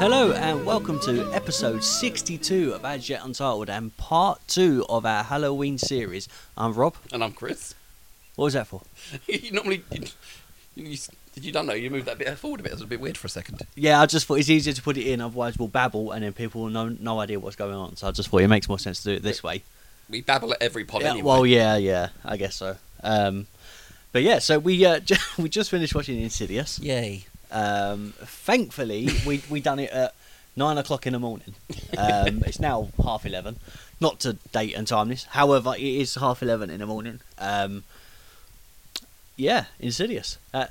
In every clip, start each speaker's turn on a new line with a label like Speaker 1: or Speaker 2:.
Speaker 1: Hello and welcome to episode 62 of As Yet Untitled and part two of our Halloween series. I'm Rob.
Speaker 2: And I'm Chris.
Speaker 1: What was that for?
Speaker 2: you normally. You, you, did you don't know? You moved that bit forward a bit. It was a bit weird for a second.
Speaker 1: Yeah, I just thought it's easier to put it in, otherwise we'll babble and then people will know no idea what's going on. So I just thought it makes more sense to do it this way.
Speaker 2: We babble at every pod
Speaker 1: Yeah,
Speaker 2: anyway.
Speaker 1: Well, yeah, yeah, I guess so. Um, but yeah, so we uh, ju- we just finished watching Insidious.
Speaker 2: Yay.
Speaker 1: Um, thankfully, we we done it at nine o'clock in the morning. Um, it's now half eleven, not to date and time this. However, it is half eleven in the morning. Um, yeah, Insidious. Uh,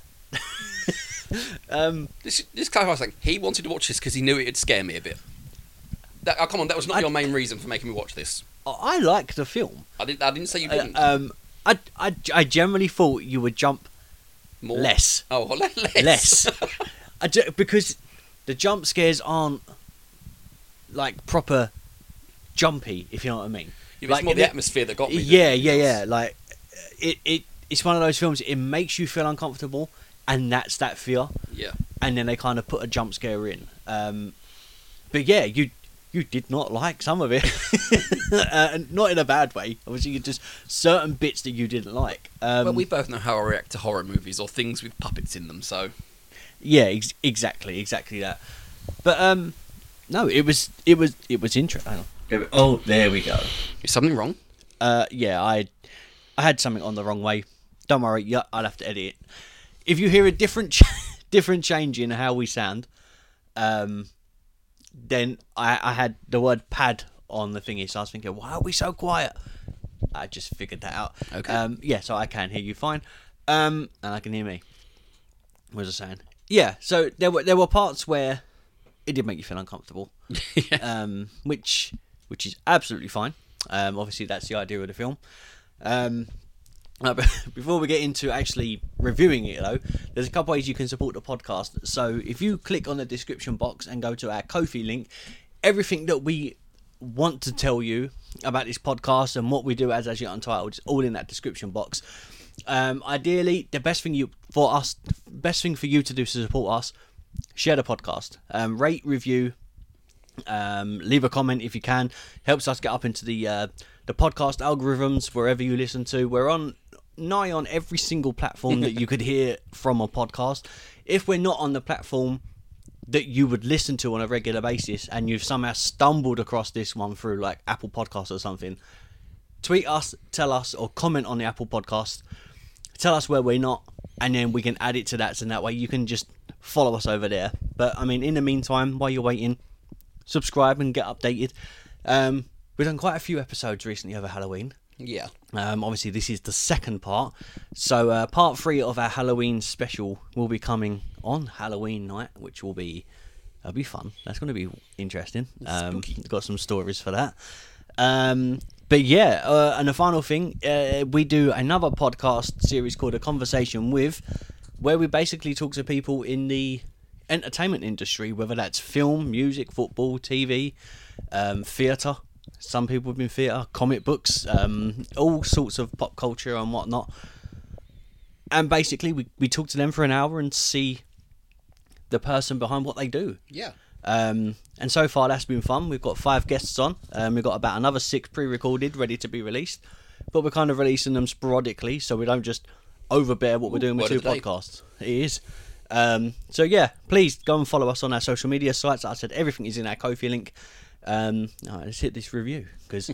Speaker 1: um,
Speaker 2: This, this clarify something. He wanted to watch this because he knew it'd scare me a bit. That, oh, come on, that was not
Speaker 1: I-
Speaker 2: your main reason for making me watch this.
Speaker 1: I I like the film.
Speaker 2: I didn't. I didn't say you
Speaker 1: Uh,
Speaker 2: didn't.
Speaker 1: um, I, I I generally thought you would jump
Speaker 2: More.
Speaker 1: less.
Speaker 2: Oh, well, le- less.
Speaker 1: less. I ju- because the jump scares aren't like proper jumpy, if you know what I mean.
Speaker 2: it was
Speaker 1: Like,
Speaker 2: more the
Speaker 1: it-
Speaker 2: atmosphere that got me. than
Speaker 1: Yeah,
Speaker 2: anything
Speaker 1: yeah,
Speaker 2: else.
Speaker 1: yeah. Like it, it, it's one of those films. It makes you feel uncomfortable, and that's that fear.
Speaker 2: Yeah.
Speaker 1: And then they kind of put a jump scare in. Um, but yeah, you you did not like some of it, uh, and not in a bad way. Obviously, you just certain bits that you didn't like. Um,
Speaker 2: well, we both know how I react to horror movies or things with puppets in them. So
Speaker 1: Yeah, ex- exactly, exactly that. But um, no, it was it was it was interesting. Oh, there we go.
Speaker 2: is something wrong?
Speaker 1: Uh, yeah, I I had something on the wrong way. Don't worry, yeah, I'll have to edit it. If you hear a different ch- different change in how we sound, um, then I, I had the word pad on the thingy, so I was thinking, why are we so quiet? I just figured that out.
Speaker 2: Okay.
Speaker 1: Um, yeah, so I can hear you fine, um, and I can hear me. What was I saying? Yeah, so there were there were parts where it did make you feel uncomfortable, um, which which is absolutely fine. Um, obviously, that's the idea of the film. Um, uh, but before we get into actually reviewing it, though, there's a couple ways you can support the podcast. So if you click on the description box and go to our Kofi link, everything that we want to tell you about this podcast and what we do as as yet untitled is all in that description box. Um, ideally, the best thing you for us, best thing for you to do to support us, share the podcast, um, rate, review, um, leave a comment if you can. Helps us get up into the uh, the podcast algorithms wherever you listen to. We're on nigh on every single platform that you could hear from a podcast. If we're not on the platform that you would listen to on a regular basis, and you've somehow stumbled across this one through like Apple Podcasts or something, tweet us, tell us, or comment on the Apple Podcast. Tell us where we're not, and then we can add it to that. So that way you can just follow us over there. But I mean, in the meantime, while you're waiting, subscribe and get updated. Um, we've done quite a few episodes recently over Halloween.
Speaker 2: Yeah.
Speaker 1: Um, obviously, this is the second part. So, uh, part three of our Halloween special will be coming on Halloween night, which will be that'll be fun. That's going to be interesting. Um, got some stories for that. Um, but yeah, uh, and the final thing, uh, we do another podcast series called A Conversation with, where we basically talk to people in the entertainment industry, whether that's film, music, football, TV, um, theatre. Some people have been theatre, comic books, um, all sorts of pop culture and whatnot. And basically, we, we talk to them for an hour and see the person behind what they do.
Speaker 2: Yeah.
Speaker 1: Um, and so far, that's been fun. We've got five guests on. Um, we've got about another six pre-recorded, ready to be released. But we're kind of releasing them sporadically, so we don't just overbear what we're doing with
Speaker 2: word
Speaker 1: two
Speaker 2: of the day.
Speaker 1: podcasts. It is. Um, so yeah, please go and follow us on our social media sites. Like I said everything is in our Kofi link. Um, all right, let's hit this review because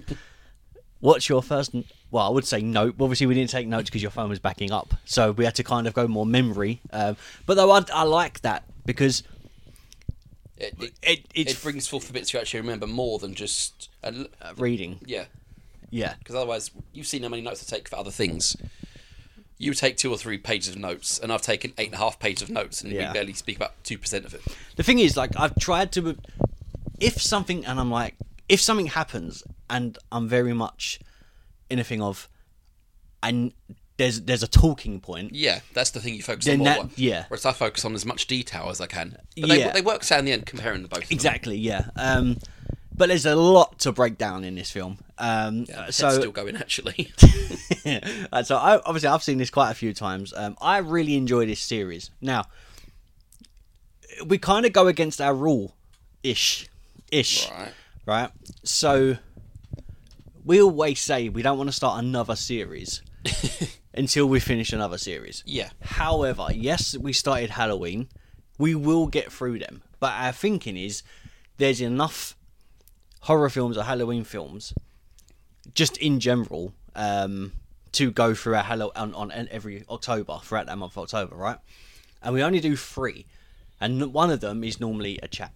Speaker 1: what's your first? n- Well, I would say note. Obviously, we didn't take notes because your phone was backing up, so we had to kind of go more memory. Um, but though I, I like that because
Speaker 2: It, it,
Speaker 1: it, it's
Speaker 2: it brings forth the bits you actually remember more than just. A, l-
Speaker 1: reading.
Speaker 2: yeah.
Speaker 1: Yeah,
Speaker 2: because otherwise you've seen how many notes I take for other things. You take two or three pages of notes, and I've taken eight and a half pages of notes, and
Speaker 1: Yeah.
Speaker 2: we barely speak about two percent of it.
Speaker 1: the thing is, like, I've tried to. If something, and I'm like, if something happens, and I'm very much in a thing of, and there's there's a talking point.
Speaker 2: Yeah, that's the thing you focus
Speaker 1: Then
Speaker 2: on. More,
Speaker 1: that- yeah.
Speaker 2: Whereas I focus on as much detail as I can. But they,
Speaker 1: Yeah.
Speaker 2: they work out in the end, comparing the both. of them.
Speaker 1: Exactly. Yeah. Um, but there's a lot to break down in this film. Um,
Speaker 2: My head's
Speaker 1: so
Speaker 2: still going actually.
Speaker 1: Uh, so I, obviously I've seen this quite a few times. Um, I really enjoy this series. Now we kind of go against our rule ish, ish,
Speaker 2: Right.
Speaker 1: right? So we always say we don't want to start another series until we finish another series.
Speaker 2: Yeah.
Speaker 1: However, yes, we started Halloween. We will get through them. But our thinking is there's enough horror films or Halloween films, just in general, um, to go through our Halloween on, on every October, throughout that month of October, right? And we only do three. And one of them is normally a chat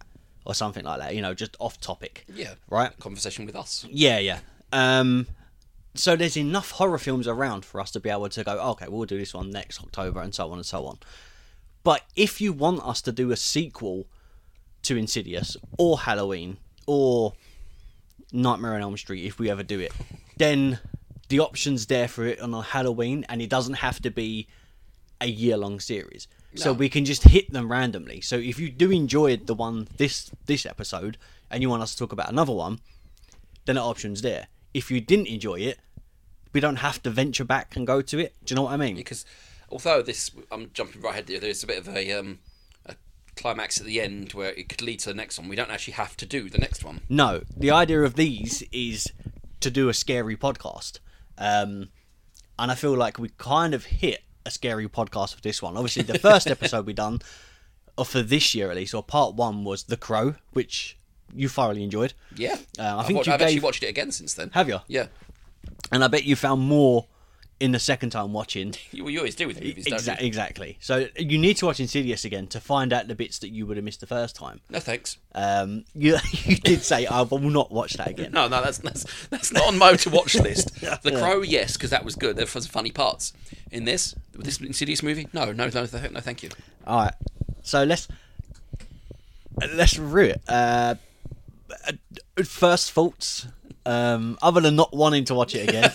Speaker 1: or something like that, you know, just off topic.
Speaker 2: Yeah.
Speaker 1: Right?
Speaker 2: Conversation with us.
Speaker 1: Yeah, yeah. Um, so there's enough horror films around for us to be able to go, okay, we'll do this one next October and so on and so on. But if you want us to do a sequel to Insidious or Halloween or Nightmare on Elm Street, if we ever do it, then the option's there for it on a Halloween and it doesn't have to be a year long series. So
Speaker 2: No.
Speaker 1: we can just hit them randomly. So if you do enjoy the one this this episode and you want us to talk about another one, then that option's there. If you didn't enjoy it, we don't have to venture back and go to it. Do you know what I mean?
Speaker 2: because although this I'm jumping right ahead there, there's a bit of a um a climax at the end where it could lead to the next one. We don't actually have to do the next one.
Speaker 1: No, the idea of these is to do a scary podcast, um, and I feel like we kind of hit a scary podcast with this one. Obviously, the first episode we done, or for this year at least, or part one was The Crow, which you thoroughly enjoyed.
Speaker 2: Yeah.
Speaker 1: Uh, I
Speaker 2: I've,
Speaker 1: think
Speaker 2: watched,
Speaker 1: you
Speaker 2: I've actually
Speaker 1: gave-
Speaker 2: watched it again since then.
Speaker 1: Have you?
Speaker 2: Yeah.
Speaker 1: And I bet you found more in the second time watching.
Speaker 2: You, you always do with movies, don't
Speaker 1: Exa-
Speaker 2: you?
Speaker 1: exactly. So you need to watch Insidious again to find out the bits that you would have missed the first time.
Speaker 2: No thanks.
Speaker 1: Um, you, you did say I will not watch that again.
Speaker 2: No, no, that's that's, that's not on my to watch list. The Crow, yes, because that was good. There was funny parts in this with this Insidious movie. No, no, no, th- no, thank you.
Speaker 1: All right. So let's let's review it. Uh, uh, first thoughts, um, other than not wanting to watch it again.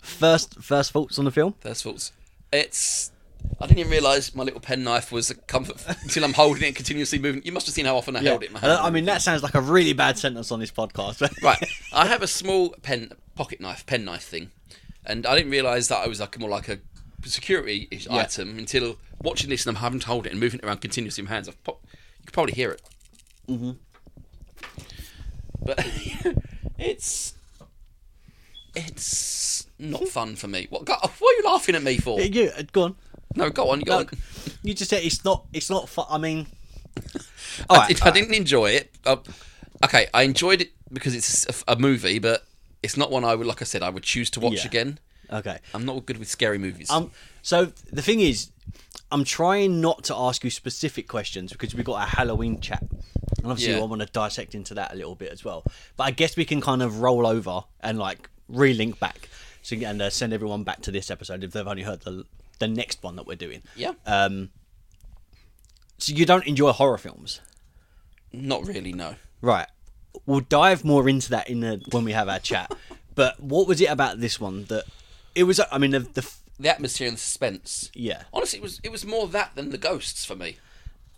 Speaker 1: first first thoughts on the film.
Speaker 2: First thoughts. It's. I didn't even realise my little penknife was a comfort until I'm holding it continuously moving. You must have seen how often I held it in my hand.
Speaker 1: Uh, I mean, that sounds like a really bad sentence on this podcast. but-
Speaker 2: Right, I have a small pen pocket knife, pen knife thing, and I didn't realise that I was like more like a security ish item until watching this and I'm having to hold it and moving it around continuously in my hands. I've pop- you could probably hear it. Mm-hmm. But it's it's not fun for me. What? Go, what are you laughing at me for?
Speaker 1: you uh, go on.
Speaker 2: No, go on, go
Speaker 1: Look,
Speaker 2: on.
Speaker 1: you just said it's not it's not. Fu- I mean,
Speaker 2: I,
Speaker 1: Alright,
Speaker 2: did, I
Speaker 1: alright.
Speaker 2: didn't enjoy it. Uh, okay, I enjoyed it because it's a, a movie, but it's not one I would, like I said, I would choose to watch
Speaker 1: Yeah.
Speaker 2: again.
Speaker 1: okay.
Speaker 2: I'm not good with scary movies.
Speaker 1: Um, so the thing is, I'm trying not to ask you specific questions because we got a Halloween chat, and obviously
Speaker 2: Yeah.
Speaker 1: I want to dissect into that a little bit as well. But I guess we can kind of roll over and like relink back, so and uh, send everyone back to this episode if they've only heard the the next one that we're doing.
Speaker 2: yeah,
Speaker 1: Um, so you don't enjoy horror films,
Speaker 2: not really. No,
Speaker 1: right? We'll dive more into that in the when we have our chat. but what was it about this one that it was? I mean, the, the f-
Speaker 2: the atmosphere and suspense.
Speaker 1: yeah,
Speaker 2: Honestly, it was it was more that than the ghosts for me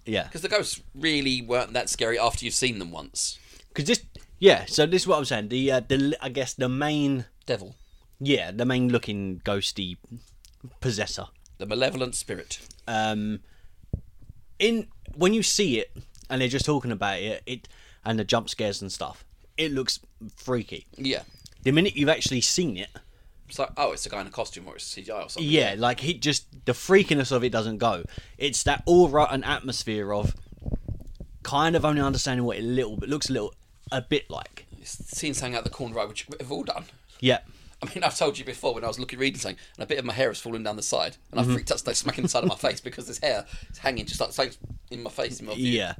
Speaker 1: yeah.
Speaker 2: because the ghosts really weren't that scary after you've seen them once.
Speaker 1: because this yeah so this is what i'm saying the uh, the i guess the main
Speaker 2: Devil,
Speaker 1: yeah the main looking ghosty possessor
Speaker 2: the malevolent spirit.
Speaker 1: um in when you see it and they're just talking about it it and the jump scares and stuff it looks freaky
Speaker 2: Yeah,
Speaker 1: the minute you've actually seen it
Speaker 2: it's like oh, it's a guy in a costume or it's CGI or something.
Speaker 1: yeah like he just the freakiness of it doesn't go it's that aura and atmosphere of kind of only understanding what it little bit looks a little a bit like
Speaker 2: It's seeing something out the corner of the eye, which we've all done.
Speaker 1: yeah
Speaker 2: I mean, I've told you before when I was looking reading something, and a bit of my hair has fallen down the side, and
Speaker 1: Mm-hmm.
Speaker 2: I freaked out, started smacking the side of my face because this hair is hanging just like so in my face. In my view.
Speaker 1: Yeah.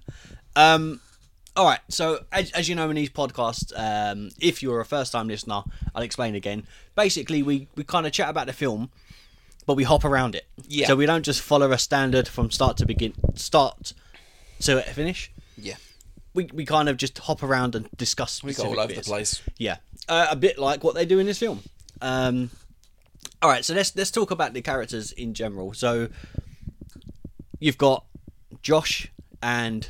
Speaker 1: Um, all right. So, as, as you know, in these podcasts, um, if you're a first time listener, I'll explain again. Basically, we, we kind of chat about the film, but we hop around it.
Speaker 2: Yeah.
Speaker 1: So, we don't just follow a standard from start to begin, start to finish.
Speaker 2: yeah,
Speaker 1: We, we kind of just hop around and discuss.
Speaker 2: we got all over the place.
Speaker 1: Yeah, uh, a bit like what they do in this film. Um, all right, so let's let's talk about the characters in general. So you've got Josh and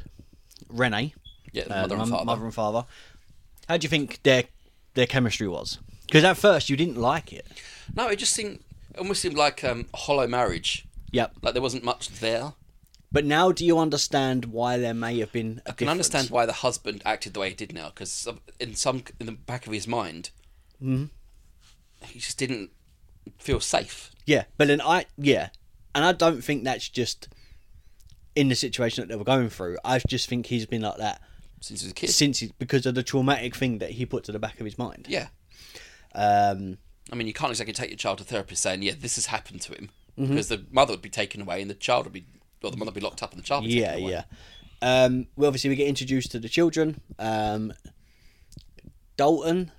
Speaker 1: Renee,
Speaker 2: Yeah,
Speaker 1: uh,
Speaker 2: mother and
Speaker 1: mum-
Speaker 2: father.
Speaker 1: mother and father. How do you think their their chemistry was? Because at first you didn't like it.
Speaker 2: No, it just seemed almost seemed like um, a hollow marriage.
Speaker 1: Yep.
Speaker 2: Like there wasn't much there.
Speaker 1: But now, do you understand why there may have been? I
Speaker 2: I can understand why the husband acted the way he did now, because in some in the back of his mind,
Speaker 1: Mm-hmm.
Speaker 2: he just didn't feel safe.
Speaker 1: Yeah, but then I yeah, and I don't think that's just in the situation that they were going through. I just think he's been like that
Speaker 2: since he was a kid.
Speaker 1: since he, because of the traumatic thing that he put to the back of his mind.
Speaker 2: yeah.
Speaker 1: Um,
Speaker 2: I mean, you can't exactly take your child to therapist saying, yeah, this has happened to him.
Speaker 1: Mm-hmm.
Speaker 2: Because the mother would be taken away and the child would be, well, the mother would be locked up and the child would be
Speaker 1: yeah,
Speaker 2: taken away.
Speaker 1: yeah. Um, well, obviously we get introduced to the children. Um, Dalton,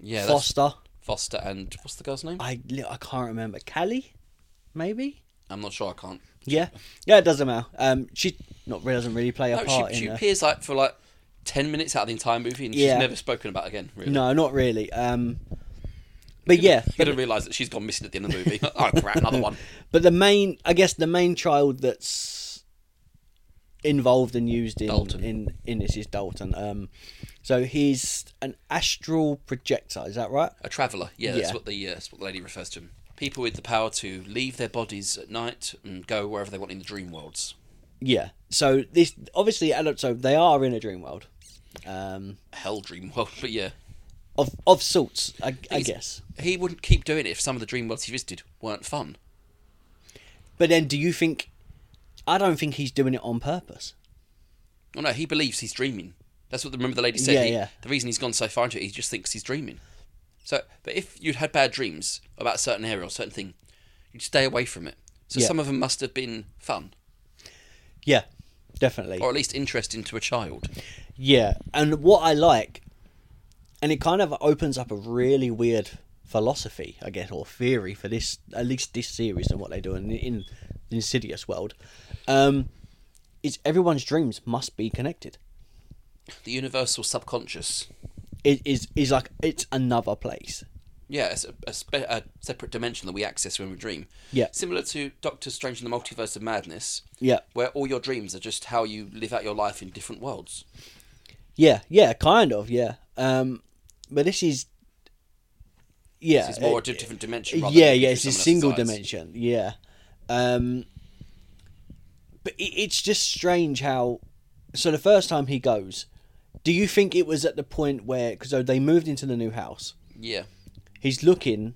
Speaker 2: Yeah. that's
Speaker 1: Foster.
Speaker 2: Foster and what's the girl's name?
Speaker 1: I li- I can't remember. Callie, maybe.
Speaker 2: I'm not sure. I can't.
Speaker 1: Yeah, yeah. It doesn't matter. Um, she not really doesn't really play a
Speaker 2: No,
Speaker 1: part
Speaker 2: she, she
Speaker 1: in. the-
Speaker 2: appears like for like 10 minutes out of the entire movie and
Speaker 1: Yeah.
Speaker 2: she's never spoken about again, really.
Speaker 1: No, not really. Um, but yeah,
Speaker 2: You don't realise that she's gone missing at the end of the movie. oh, crap, another one.
Speaker 1: But the main, I guess, the main child that's involved and used in
Speaker 2: Dalton.
Speaker 1: in in this is Dalton. Um, so he's an astral projector. Is that right?
Speaker 2: A traveller. Yeah, that's
Speaker 1: Yeah.
Speaker 2: what the uh, that's what the lady refers to him. People with the power to leave their bodies at night and go wherever they want in the dream worlds.
Speaker 1: Yeah. So this obviously, and so they are in a dream world, um,
Speaker 2: Hell, dream world. But yeah,
Speaker 1: of of sorts. I, I
Speaker 2: He's-
Speaker 1: guess.
Speaker 2: he wouldn't keep doing it if some of the dream worlds he visited weren't fun.
Speaker 1: But then, do you think? I don't think he's doing it on purpose.
Speaker 2: Oh no, he believes he's dreaming. That's what the, remember the lady said.
Speaker 1: Yeah,
Speaker 2: he,
Speaker 1: yeah.
Speaker 2: The reason he's gone so far into it, he just thinks he's dreaming. So, but if you'd had bad dreams about a certain area or certain thing, you'd stay away from it. So
Speaker 1: Yeah.
Speaker 2: some of them must have been fun,
Speaker 1: Yeah, definitely.
Speaker 2: or at least interesting to a child.
Speaker 1: Yeah, and what I like, and it kind of opens up a really weird philosophy, I guess, or theory for this, at least this series and what they do in, in the Insidious world, um, is everyone's dreams must be connected.
Speaker 2: The universal subconscious.
Speaker 1: It is is like it's another place.
Speaker 2: Yeah, it's a, a, spe- a separate dimension that we access when we dream.
Speaker 1: Yeah.
Speaker 2: Similar to Doctor Strange in the Multiverse of Madness.
Speaker 1: Yeah.
Speaker 2: Where all your dreams are just how you live out your life in different worlds.
Speaker 1: Yeah, yeah, kind of, yeah. Um, but this is, yeah,
Speaker 2: It's more
Speaker 1: it-
Speaker 2: a different dimension. rather
Speaker 1: yeah
Speaker 2: than
Speaker 1: yeah
Speaker 2: through
Speaker 1: it's a
Speaker 2: someone else's
Speaker 1: single
Speaker 2: eyes.
Speaker 1: dimension yeah um but it, it's just strange how so the first time he goes do you think it was at the point where because they moved into the new house
Speaker 2: Yeah.
Speaker 1: he's looking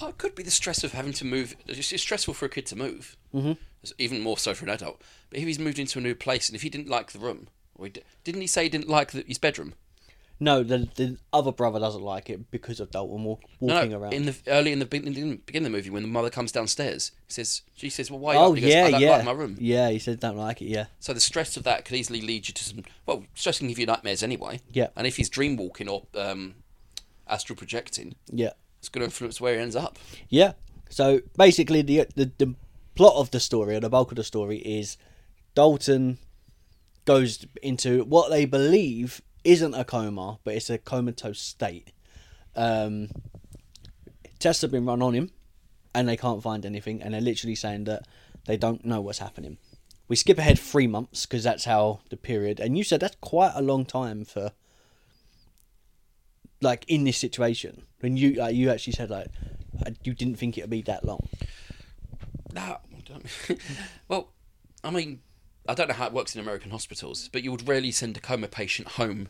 Speaker 2: Oh, it could be the stress of having to move. It's it's stressful for a kid to move. Mm-hmm. It's even more so for an adult. But if he's moved into a new place and if he didn't like the room, or he di- didn't he say he didn't like the, his bedroom?
Speaker 1: no the the other brother doesn't like it because of dalton walk,
Speaker 2: No,
Speaker 1: walking
Speaker 2: no,
Speaker 1: around
Speaker 2: in the early in the be- in the beginning of the movie when the mother comes downstairs, he says she says, "Well, why?" are you
Speaker 1: oh
Speaker 2: up?" He goes,
Speaker 1: yeah
Speaker 2: I don't
Speaker 1: yeah
Speaker 2: like my room.
Speaker 1: yeah he said don't like it yeah
Speaker 2: So the stress of that could easily lead you to some. Well, stress can give you nightmares anyway.
Speaker 1: Yeah.
Speaker 2: And if he's dream walking or um, astral projecting,
Speaker 1: yeah
Speaker 2: it's going to influence where he ends up.
Speaker 1: Yeah. So basically, the, the the plot of the story or the bulk of the story is Dalton goes into what they believe isn't a coma, but it's a comatose state. Um, tests have been run on him, and they can't find anything, and they're literally saying that they don't know what's happening. We skip ahead three months because that's how the period. And you said that's quite a long time for like in this situation when you like, you actually said like uh, you didn't think it would be that long
Speaker 2: No, I don't- well, I mean, I don't know how it works in American hospitals, but you would rarely send a coma patient home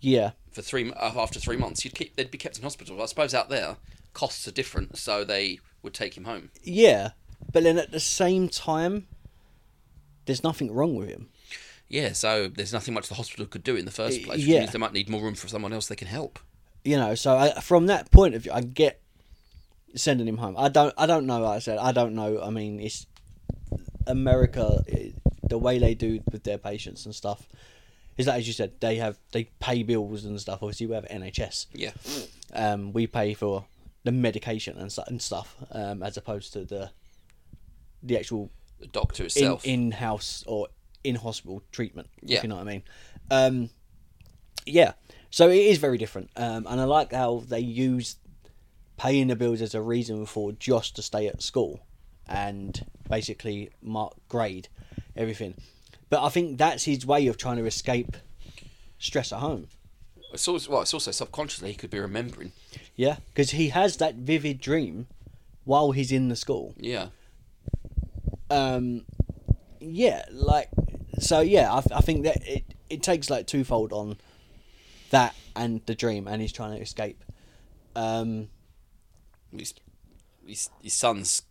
Speaker 1: yeah
Speaker 2: for three m- uh, after three months. You'd keep they'd be kept in hospital. I suppose out there costs are different, so they would take him home.
Speaker 1: yeah but then at the same time there's nothing wrong with him
Speaker 2: Yeah, so there's nothing much the hospital could do in the first
Speaker 1: Y-
Speaker 2: place. Which
Speaker 1: yeah.
Speaker 2: means they might need more room for someone else they can help.
Speaker 1: you know so I, from that point of view i get sending him home i don't i don't know like i said i don't know i mean it's america eh, the way they do with their patients and stuff is that as you said they have they pay bills and stuff obviously we have nhs
Speaker 2: Yeah,
Speaker 1: um, we pay for the medication and, stu- and stuff um, as opposed to the the actual
Speaker 2: the doctor
Speaker 1: in,
Speaker 2: itself.
Speaker 1: in-house or in-hospital treatment
Speaker 2: Yeah.
Speaker 1: if you know what i mean um, yeah so it is very different um, and i like how they use paying the bills as a reason for josh to stay at school and basically mark grade everything but i think that's his way of trying to escape stress at home
Speaker 2: It's also, well, it's also subconsciously he could be remembering.
Speaker 1: Yeah, because he has that vivid dream while he's in the school.
Speaker 2: Yeah.
Speaker 1: Um, yeah, like so. Yeah, I, I think that it it takes like twofold on that and the dream, and he's trying to escape. Um,
Speaker 2: His, his, his son's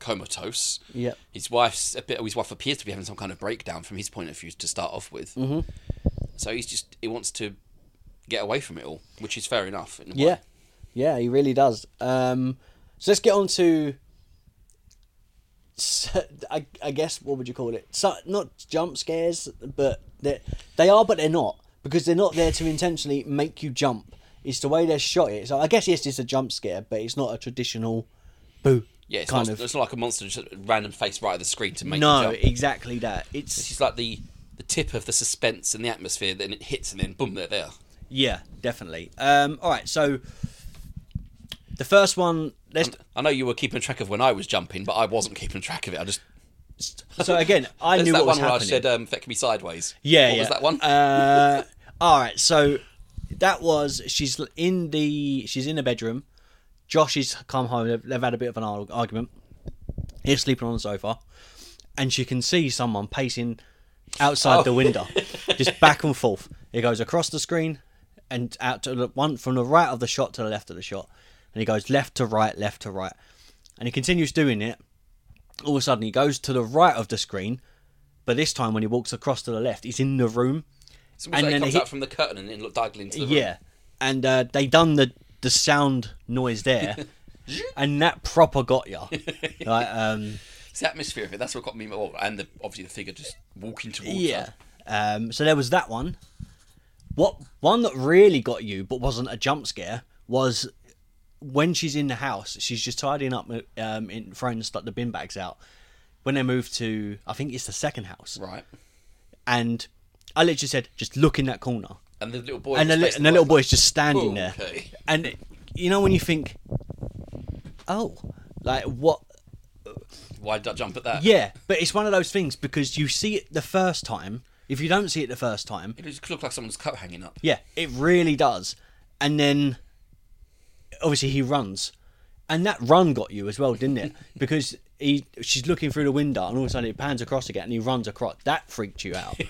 Speaker 2: comatose.
Speaker 1: Yep.
Speaker 2: His wife's a bit. His wife appears to be having some kind of breakdown from his point of view to start off with. Mm-hmm. So he's just he wants to get away from it all, which is fair enough. In a way.
Speaker 1: yeah, yeah, he really does. Um, so let's get on to. so- I, I guess what would you call it? So, not jump scares, but they they are, but they're not because they're not there to intentionally make you jump. It's the way they're shot. It so I guess yes, it's a jump scare, but it's not a traditional boo.
Speaker 2: Yeah, it's,
Speaker 1: kind
Speaker 2: not,
Speaker 1: of.
Speaker 2: it's not like a monster just a random face right at the screen to make
Speaker 1: No,
Speaker 2: you jump.
Speaker 1: exactly that. It's
Speaker 2: It's like the the tip of the suspense and the atmosphere. Then it hits, and then boom, they're there.
Speaker 1: yeah, definitely. Um, all right, so the first one. Let's
Speaker 2: I know you were keeping track of when I was jumping, but I wasn't keeping track of it. I just
Speaker 1: so again. I
Speaker 2: There's
Speaker 1: knew
Speaker 2: that
Speaker 1: what was
Speaker 2: one where
Speaker 1: happening.
Speaker 2: I said um, "Feck me sideways."
Speaker 1: Yeah,
Speaker 2: what
Speaker 1: yeah.
Speaker 2: was that one?
Speaker 1: Uh, all right, so that was she's in the she's in the bedroom. Josh is come home. They've, they've had a bit of an ar- argument. He's sleeping on the sofa, and she can see someone pacing outside
Speaker 2: Oh.
Speaker 1: the window, just back and forth. It goes across the screen and out to the one from the right of the shot to the left of the shot, and he goes left to right, left to right, and he continues doing it. All of a sudden, he goes to the right of the screen, but this time when he walks across to the left, he's in the room.
Speaker 2: It's almost
Speaker 1: and
Speaker 2: like
Speaker 1: then
Speaker 2: it comes
Speaker 1: he-
Speaker 2: out from the curtain and then look diagonally into the room.
Speaker 1: Yeah, and uh, they done the the sound noise there, and that proper got ya. Like, um,
Speaker 2: It's the atmosphere of it. That's what got me. Well, and the, obviously the figure just walking towards.
Speaker 1: yeah.
Speaker 2: her.
Speaker 1: Um, so there was that one. What one that really got you, but wasn't a jump scare, was when she's in the house. She's just tidying up, um, in throwing stuff, the bin bags out. When they move to, I think it's the second house,
Speaker 2: Right.
Speaker 1: and I literally said, "Just look in that corner."
Speaker 2: And the little boy.
Speaker 1: and the,
Speaker 2: was
Speaker 1: li-
Speaker 2: facing
Speaker 1: and the little
Speaker 2: right.
Speaker 1: boy's just standing there.
Speaker 2: Okay.
Speaker 1: And it- you know when you think, oh, like what?
Speaker 2: Why did I jump at that?
Speaker 1: Yeah, but it's one of those things because you see it the first time. If you don't see it the first time,
Speaker 2: It just looked like someone's coat hanging up.
Speaker 1: yeah, it really does. And then, obviously, he runs, and that run got you as well, didn't it? Because he, she's looking through the window, and all of a sudden it pans across again, and he runs across. That freaked you out.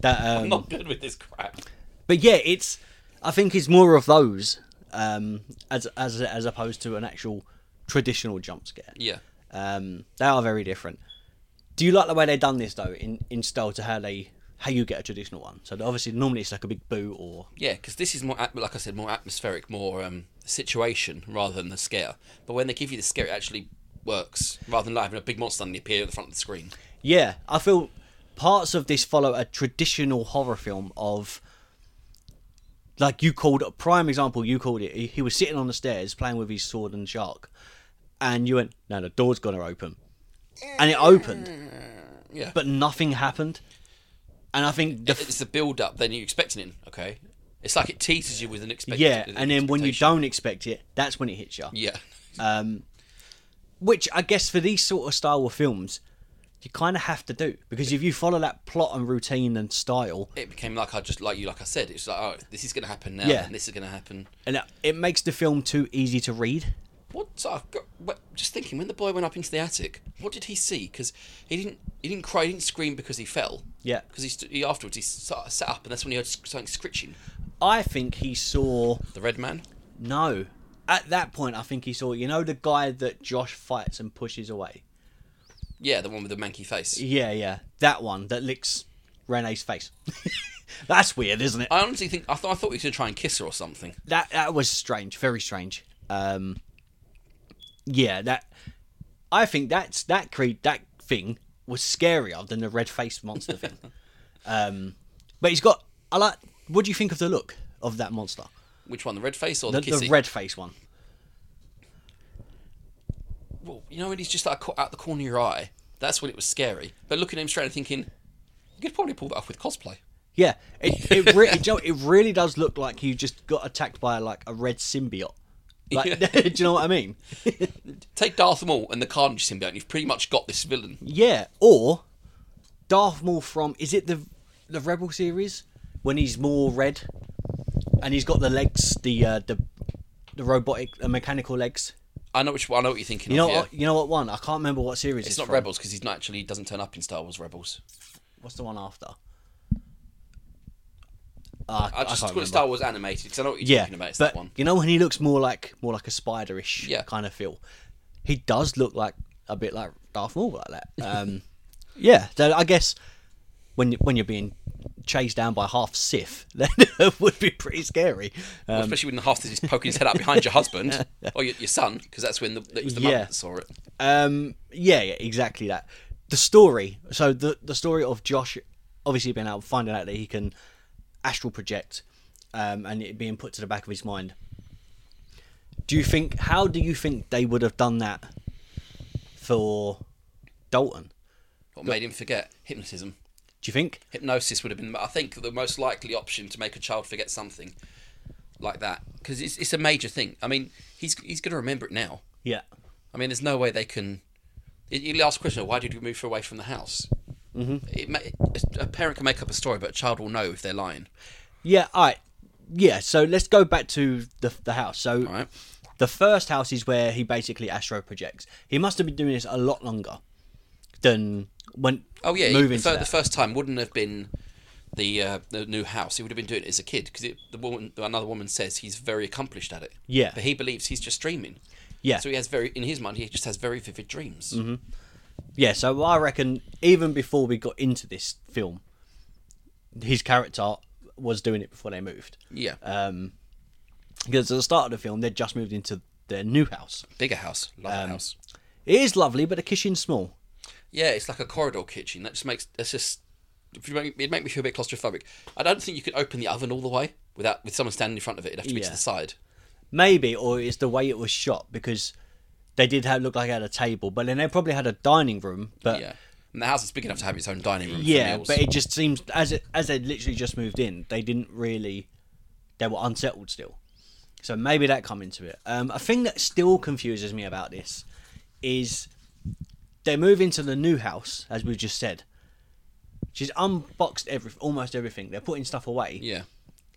Speaker 1: that um,
Speaker 2: I'm not good with this crap.
Speaker 1: but yeah, it's I think it's more of those um, as as as opposed to an actual traditional jump scare.
Speaker 2: Yeah.
Speaker 1: Um, they are very different. Do you like the way they done this though, in, in style to how they how you get a traditional one? So obviously normally it's like a big boo or
Speaker 2: Yeah, because this is more, at- like I said, more atmospheric, more um, situation rather than the scare. But when they give you the scare, it actually works rather than like having a big monster suddenly appear at the front of the screen.
Speaker 1: yeah. I feel parts of this follow a traditional horror film of like you called a prime example. You called it. He, he was sitting on the stairs playing with his sword and shark, and you went, "No, the door's gonna open," and it opened.
Speaker 2: Eh. Yeah.
Speaker 1: but nothing happened. And I think the f-
Speaker 2: it's the build up, then you're expecting it, okay? It's like it teases you with an expectation.
Speaker 1: yeah, and then when you don't expect it, that's when it hits you.
Speaker 2: Yeah.
Speaker 1: Which I guess for these sort of style of films, you kind of have to do because if you follow that plot and routine and style,
Speaker 2: It became like I just, like you, like I said, it's like, oh, this is going to happen now,
Speaker 1: Yeah.
Speaker 2: and this is going to happen.
Speaker 1: and it- it makes the film too easy to read.
Speaker 2: What? So I've got, what, just thinking, when the boy went up into the attic, what did he see? Because he didn't, he didn't cry, he didn't scream because he fell.
Speaker 1: Yeah.
Speaker 2: Because he, st- he afterwards he sat, sat up, and that's when he heard sc- something scritching.
Speaker 1: I think he saw
Speaker 2: The red man.
Speaker 1: no. At that point, I think he saw you know the guy that Josh fights and pushes away.
Speaker 2: Yeah, the one with the manky face.
Speaker 1: Yeah, yeah, that one that licks Renee's face. that's weird, isn't it?
Speaker 2: I honestly think I thought I thought he was going to try and kiss her or something.
Speaker 1: that that was strange, very strange. Um, yeah, that I think that's that creed that thing was scarier than the red faced monster thing. Um, but he's got I like. What do you think of the look of that monster?
Speaker 2: Which one, the red face or the,
Speaker 1: The,
Speaker 2: kissy?
Speaker 1: the red face one.
Speaker 2: Well, you know when he's just like caught out the corner of your eye. That's when it was scary. But looking at him straight and thinking, you could probably pull that off with cosplay.
Speaker 1: Yeah, it it, re- do you know, it really does look like you just got attacked by like a red symbiote. Like,
Speaker 2: Yeah.
Speaker 1: do you know what I mean?
Speaker 2: Take Darth Maul and the Carnage symbiote, and you've pretty much got this villain.
Speaker 1: Yeah, or Darth Maul from is it the the Rebel series when he's more red and he's got the legs, the uh, the the robotic, the mechanical legs.
Speaker 2: I know which. I know what you're thinking.
Speaker 1: You know,
Speaker 2: of, yeah.
Speaker 1: what, you know what one? I can't remember what series
Speaker 2: It's
Speaker 1: it's
Speaker 2: not
Speaker 1: from.
Speaker 2: Rebels because he's not actually he doesn't turn up in Star Wars Rebels.
Speaker 1: What's the one after? Ah,
Speaker 2: I
Speaker 1: can't
Speaker 2: just call
Speaker 1: remember.
Speaker 2: it Star Wars animated because I know what you're
Speaker 1: Yeah,
Speaker 2: talking about. It's
Speaker 1: but
Speaker 2: that one.
Speaker 1: you know when he looks more like more like a spiderish
Speaker 2: Yeah.
Speaker 1: kind of feel, he does look like a bit like Darth Maul like that. Um, yeah, so I guess when you- when you're being chased down by half Sith, that would be pretty scary.
Speaker 2: Well,
Speaker 1: Um,
Speaker 2: especially when the hastard is poking his head out behind your husband or your, your son because that's when the, it was the mum
Speaker 1: Yeah.
Speaker 2: that saw it.
Speaker 1: Um, yeah, yeah, exactly that. The story. So the the story of Josh obviously being out finding out that he can astral project, um, and it being put to the back of his mind. Do you think? How do you think they would have done that for Dalton?
Speaker 2: What made him forget hypnotism?
Speaker 1: Do you think?
Speaker 2: Hypnosis would have been, I think, the most likely option to make a child forget something like that because it's, it's a major thing. I mean, he's he's going to remember it now.
Speaker 1: Yeah,
Speaker 2: I mean, there's no way they can. You- You ask the question, why did you move away from the house? Mm-hmm. It ma- a parent can make up a story, but a child will know if they're lying.
Speaker 1: yeah. All right. Yeah. So let's go back to the the house. So
Speaker 2: All right.
Speaker 1: The first house is where he basically astro projects. He must have been doing this a lot longer than when
Speaker 2: Oh yeah,
Speaker 1: moving
Speaker 2: the, fir-
Speaker 1: to
Speaker 2: the
Speaker 1: that.
Speaker 2: first time wouldn't have been the uh, the new house. He would have been doing it as a kid because the woman, another woman, says he's very accomplished at it.
Speaker 1: Yeah.
Speaker 2: but he believes he's just dreaming.
Speaker 1: Yeah. Mm-hmm.
Speaker 2: So he has very in his mind he just has very vivid dreams.
Speaker 1: Yeah, so I reckon even before we got into this film, his character was doing it before they moved.
Speaker 2: Yeah,
Speaker 1: Because at the start of the film, they'd just moved into their new house.
Speaker 2: bigger house, larger house.
Speaker 1: It is lovely, but the kitchen's small.
Speaker 2: Yeah, it's like a corridor kitchen. That just makes it's just if you make, it'd make me feel a bit claustrophobic. I don't think you could open the oven all the way without with someone standing in front of it. It'd have to be to
Speaker 1: Yeah.
Speaker 2: the side.
Speaker 1: Maybe, or it's the way it was shot because they did have look like they had a table, but then they probably had a dining room. But
Speaker 2: Yeah, and the house is big enough to have its own dining room. for
Speaker 1: Uh, Yeah,
Speaker 2: meals.
Speaker 1: but it just seems as it, as they literally just moved in, they didn't really they were unsettled still. So maybe that come into it. Um, a thing that still confuses me about this is they move into the new house, as we just said. She's unboxed every almost everything. They're putting stuff away.
Speaker 2: yeah.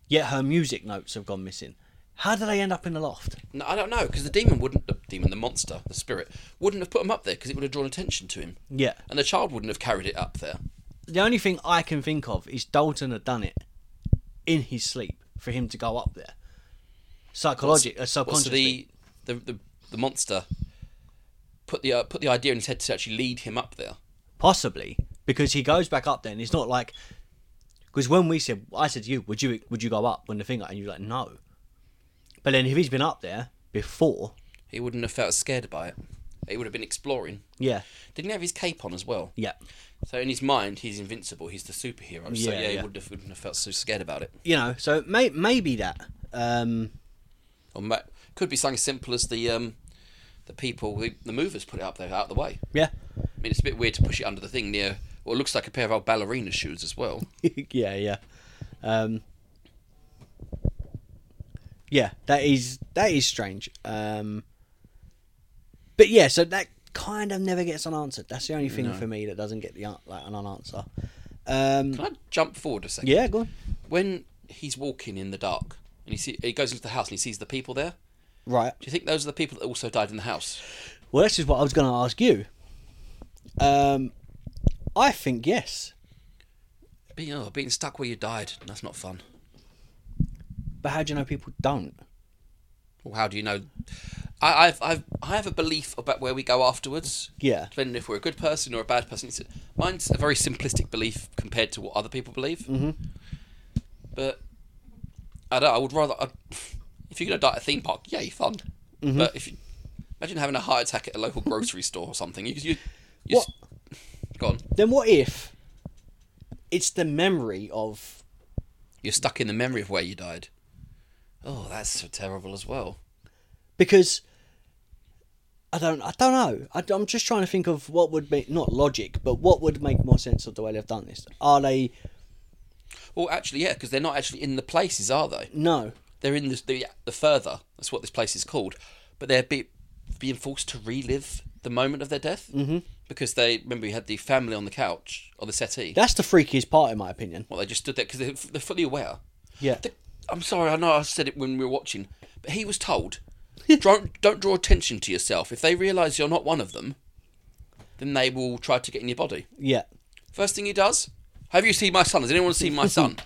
Speaker 1: Yet her music notes have gone missing. How do they end up in the loft?
Speaker 2: No, I don't know because the demon wouldn't, the demon, the monster, the spirit wouldn't have put him up there because it would have drawn attention to him,
Speaker 1: Yeah.
Speaker 2: and the child wouldn't have carried it up there.
Speaker 1: The only thing I can think of is Dalton had done it in his sleep for him to go up there. Psychologic, uh,
Speaker 2: Well, so
Speaker 1: subconsciously.
Speaker 2: the, the the the monster put the uh, put the idea in his head to actually lead him up there.
Speaker 1: Possibly because he goes back up there, and it's not like because when we said, I said to you, would you would you go up when the thing? And you're like, no. But then if he's been up there before,
Speaker 2: He wouldn't have felt scared by it. He would have been exploring.
Speaker 1: yeah,
Speaker 2: Didn't he have his cape on as well?
Speaker 1: yeah,
Speaker 2: So in his mind, he's invincible. He's the superhero. so
Speaker 1: Yeah,
Speaker 2: yeah, he
Speaker 1: yeah.
Speaker 2: would have, wouldn't have felt so scared about it.
Speaker 1: you know, so may, maybe that. Um,
Speaker 2: Or ma- could be something as simple as the um, the people, the, the movers, put it up there out of the way.
Speaker 1: yeah,
Speaker 2: I mean, it's a bit weird to push it under the thing near what looks like a pair of old ballerina shoes as well.
Speaker 1: yeah, yeah, um, yeah. That is that is strange. Um, but yeah, so that kind of never gets unanswered. That's the only thing for me that doesn't get the an- like an answer. Um,
Speaker 2: Can I jump forward a second?
Speaker 1: yeah, go on.
Speaker 2: When he's walking in the dark and he see, he goes into the house and he sees the people there,
Speaker 1: Right.
Speaker 2: do you think those are the people that also died in the house?
Speaker 1: Well, this is what I was going to ask you. Um, I think yes,
Speaker 2: Being, oh, being stuck where you died, that's not fun.
Speaker 1: but how do you know people don't?
Speaker 2: Well, how do you know? I, I've, I've, I have a belief about where we go afterwards.
Speaker 1: Yeah.
Speaker 2: Depending if we're a good person or a bad person. It's, mine's a very simplistic belief compared to what other people believe. Mm-hmm. But I don't. I would rather. I, if you're gonna die at a theme park, yay, fun.
Speaker 1: Mm-hmm.
Speaker 2: But if you imagine having a heart attack at a local grocery store or something, you you, you
Speaker 1: What?
Speaker 2: s- Go on.
Speaker 1: Then what if it's the memory of?
Speaker 2: You're stuck in the memory of where you died. Oh, that's so terrible as well.
Speaker 1: Because I don't, I don't know. I, am just trying to think of what would be not logic, but what would make more sense of the way they've done this. Are they
Speaker 2: Well, actually, yeah, because they're not actually in the places, are they?
Speaker 1: no?
Speaker 2: they're in the, the the further. That's what this place is called. But they're be, being forced to relive the moment of their death mm-hmm. because they remember we had the family on the couch or the settee.
Speaker 1: That's the freakiest part, in my opinion.
Speaker 2: well, they just stood there because they're, they're fully aware.
Speaker 1: Yeah.
Speaker 2: The- I'm sorry, I know I said it when we were watching, but he was told don't don't draw attention to yourself. If they realise you're not one of them, then they will try to get in your body.
Speaker 1: Yeah.
Speaker 2: First thing he does, have you seen my son? Has anyone seen my son?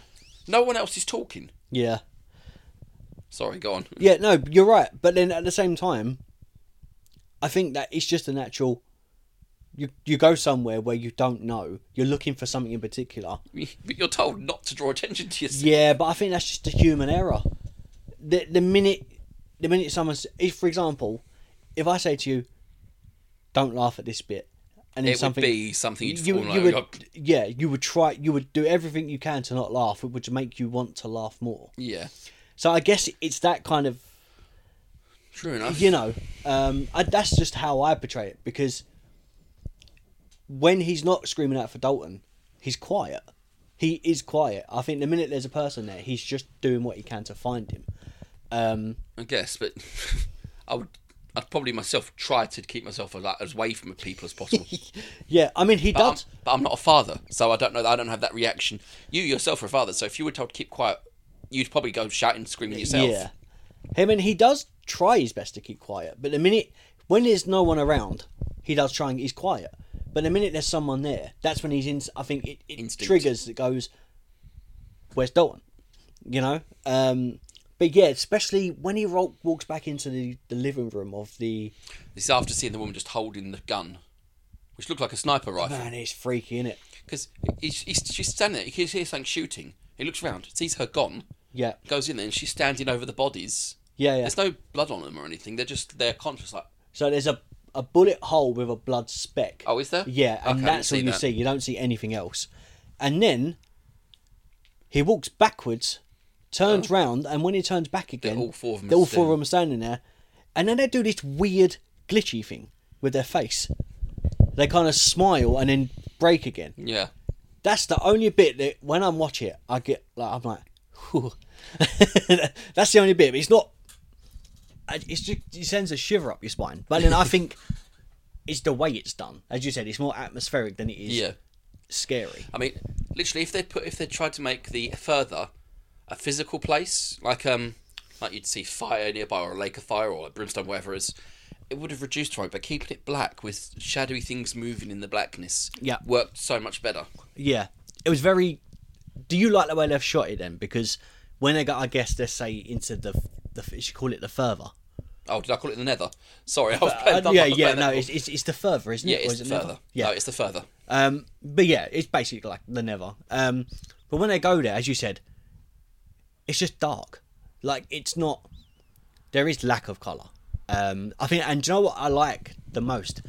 Speaker 2: no one else is talking.
Speaker 1: Yeah.
Speaker 2: Sorry, go on.
Speaker 1: Yeah, no, you're right. But then at the same time, I think that it's just a natural. You you go somewhere where you don't know. You're looking for something in particular.
Speaker 2: But you're told not to draw attention to yourself.
Speaker 1: Yeah, but I think that's just a human error. The the minute the minute someone s- if for example, if I say to you, "Don't laugh at this bit," and then
Speaker 2: It would
Speaker 1: something
Speaker 2: be something you'd
Speaker 1: you,
Speaker 2: fall
Speaker 1: you
Speaker 2: like,
Speaker 1: would
Speaker 2: like,
Speaker 1: yeah you would try you would do everything you can to not laugh, which would make you want to laugh more.
Speaker 2: Yeah.
Speaker 1: So I guess it's that kind of
Speaker 2: True enough.
Speaker 1: you know, um, I, that's just how I portray it because when he's not screaming out for Dalton, he's quiet. He is quiet. I think the minute there's a person there, he's just doing what he can to find him. Um,
Speaker 2: I guess, but I would. I'd probably myself try to keep myself as, like, as away from people as possible.
Speaker 1: yeah, I mean, he
Speaker 2: But I'm,
Speaker 1: does.
Speaker 2: but I'm not a father, so I don't know. I don't have that reaction. You yourself are a father, so if you were told to keep quiet, you'd probably go shouting, screaming yourself.
Speaker 1: Yeah. I mean, he does try his best to keep quiet, but the minute when there's no one around, he does try and he's quiet. But the minute there's someone there, that's when he's in. I think it, it
Speaker 2: Instinct.
Speaker 1: triggers that goes, "Where's Dalton?" You know. Um, but yeah, especially when he ro- walks back into the, the living room of the
Speaker 2: This is after seeing the woman just holding the gun, which looked like a sniper rifle.
Speaker 1: man, it's freaky, is it?
Speaker 2: Because he's, he's, she's standing there, he can hear something shooting. He looks around, sees her gone,
Speaker 1: Yeah,
Speaker 2: goes in there, and she's standing over the bodies.
Speaker 1: yeah, yeah.
Speaker 2: There's no blood on them or anything. They're just they're conscious. Like,
Speaker 1: So there's a a bullet hole with a blood speck.
Speaker 2: oh, is there?
Speaker 1: Yeah,
Speaker 2: Okay, I
Speaker 1: and
Speaker 2: didn't
Speaker 1: that's all you
Speaker 2: that.
Speaker 1: see. You don't see anything else. And then he walks backwards, turns round, and when he turns back again,
Speaker 2: Oh. all four of 'em
Speaker 1: they're all
Speaker 2: still-
Speaker 1: four of 'em are standing there. And then they do this weird glitchy thing with their face. They kind of smile and then break again.
Speaker 2: Yeah.
Speaker 1: That's the only bit that when I'm watching it, I get like I'm like, Whew. that's the only bit. But it's not. I- It's just it sends a shiver up your spine. But then I think it's the way it's done. As you said, it's more atmospheric than it is
Speaker 2: Yeah.
Speaker 1: scary.
Speaker 2: I mean, literally, if they put if they tried to make the further a physical place, like um, like you'd see fire nearby or a lake of fire or like brimstone, whatever it is, it would have reduced to it. But keeping it black with shadowy things moving in the blackness,
Speaker 1: Yeah.
Speaker 2: worked so much better.
Speaker 1: Yeah, it was very. Do you like the way they've shot it then? Because when they got, I guess they say into the the you should call it the further.
Speaker 2: Oh, did I call it the nether? Sorry, I was
Speaker 1: Uh,
Speaker 2: playing. dumb, I
Speaker 1: yeah,
Speaker 2: was
Speaker 1: yeah,
Speaker 2: playing
Speaker 1: no,
Speaker 2: that-
Speaker 1: it's, it's it's the further, isn't
Speaker 2: yeah,
Speaker 1: it? Or is
Speaker 2: it's the
Speaker 1: it never?
Speaker 2: further.
Speaker 1: Yeah,
Speaker 2: No, it's the further.
Speaker 1: Um, but yeah, it's basically like the never. Um, but when they go there, as you said, it's just dark. Like it's not. There is lack of color. Um, I think, and do you know what I like the most?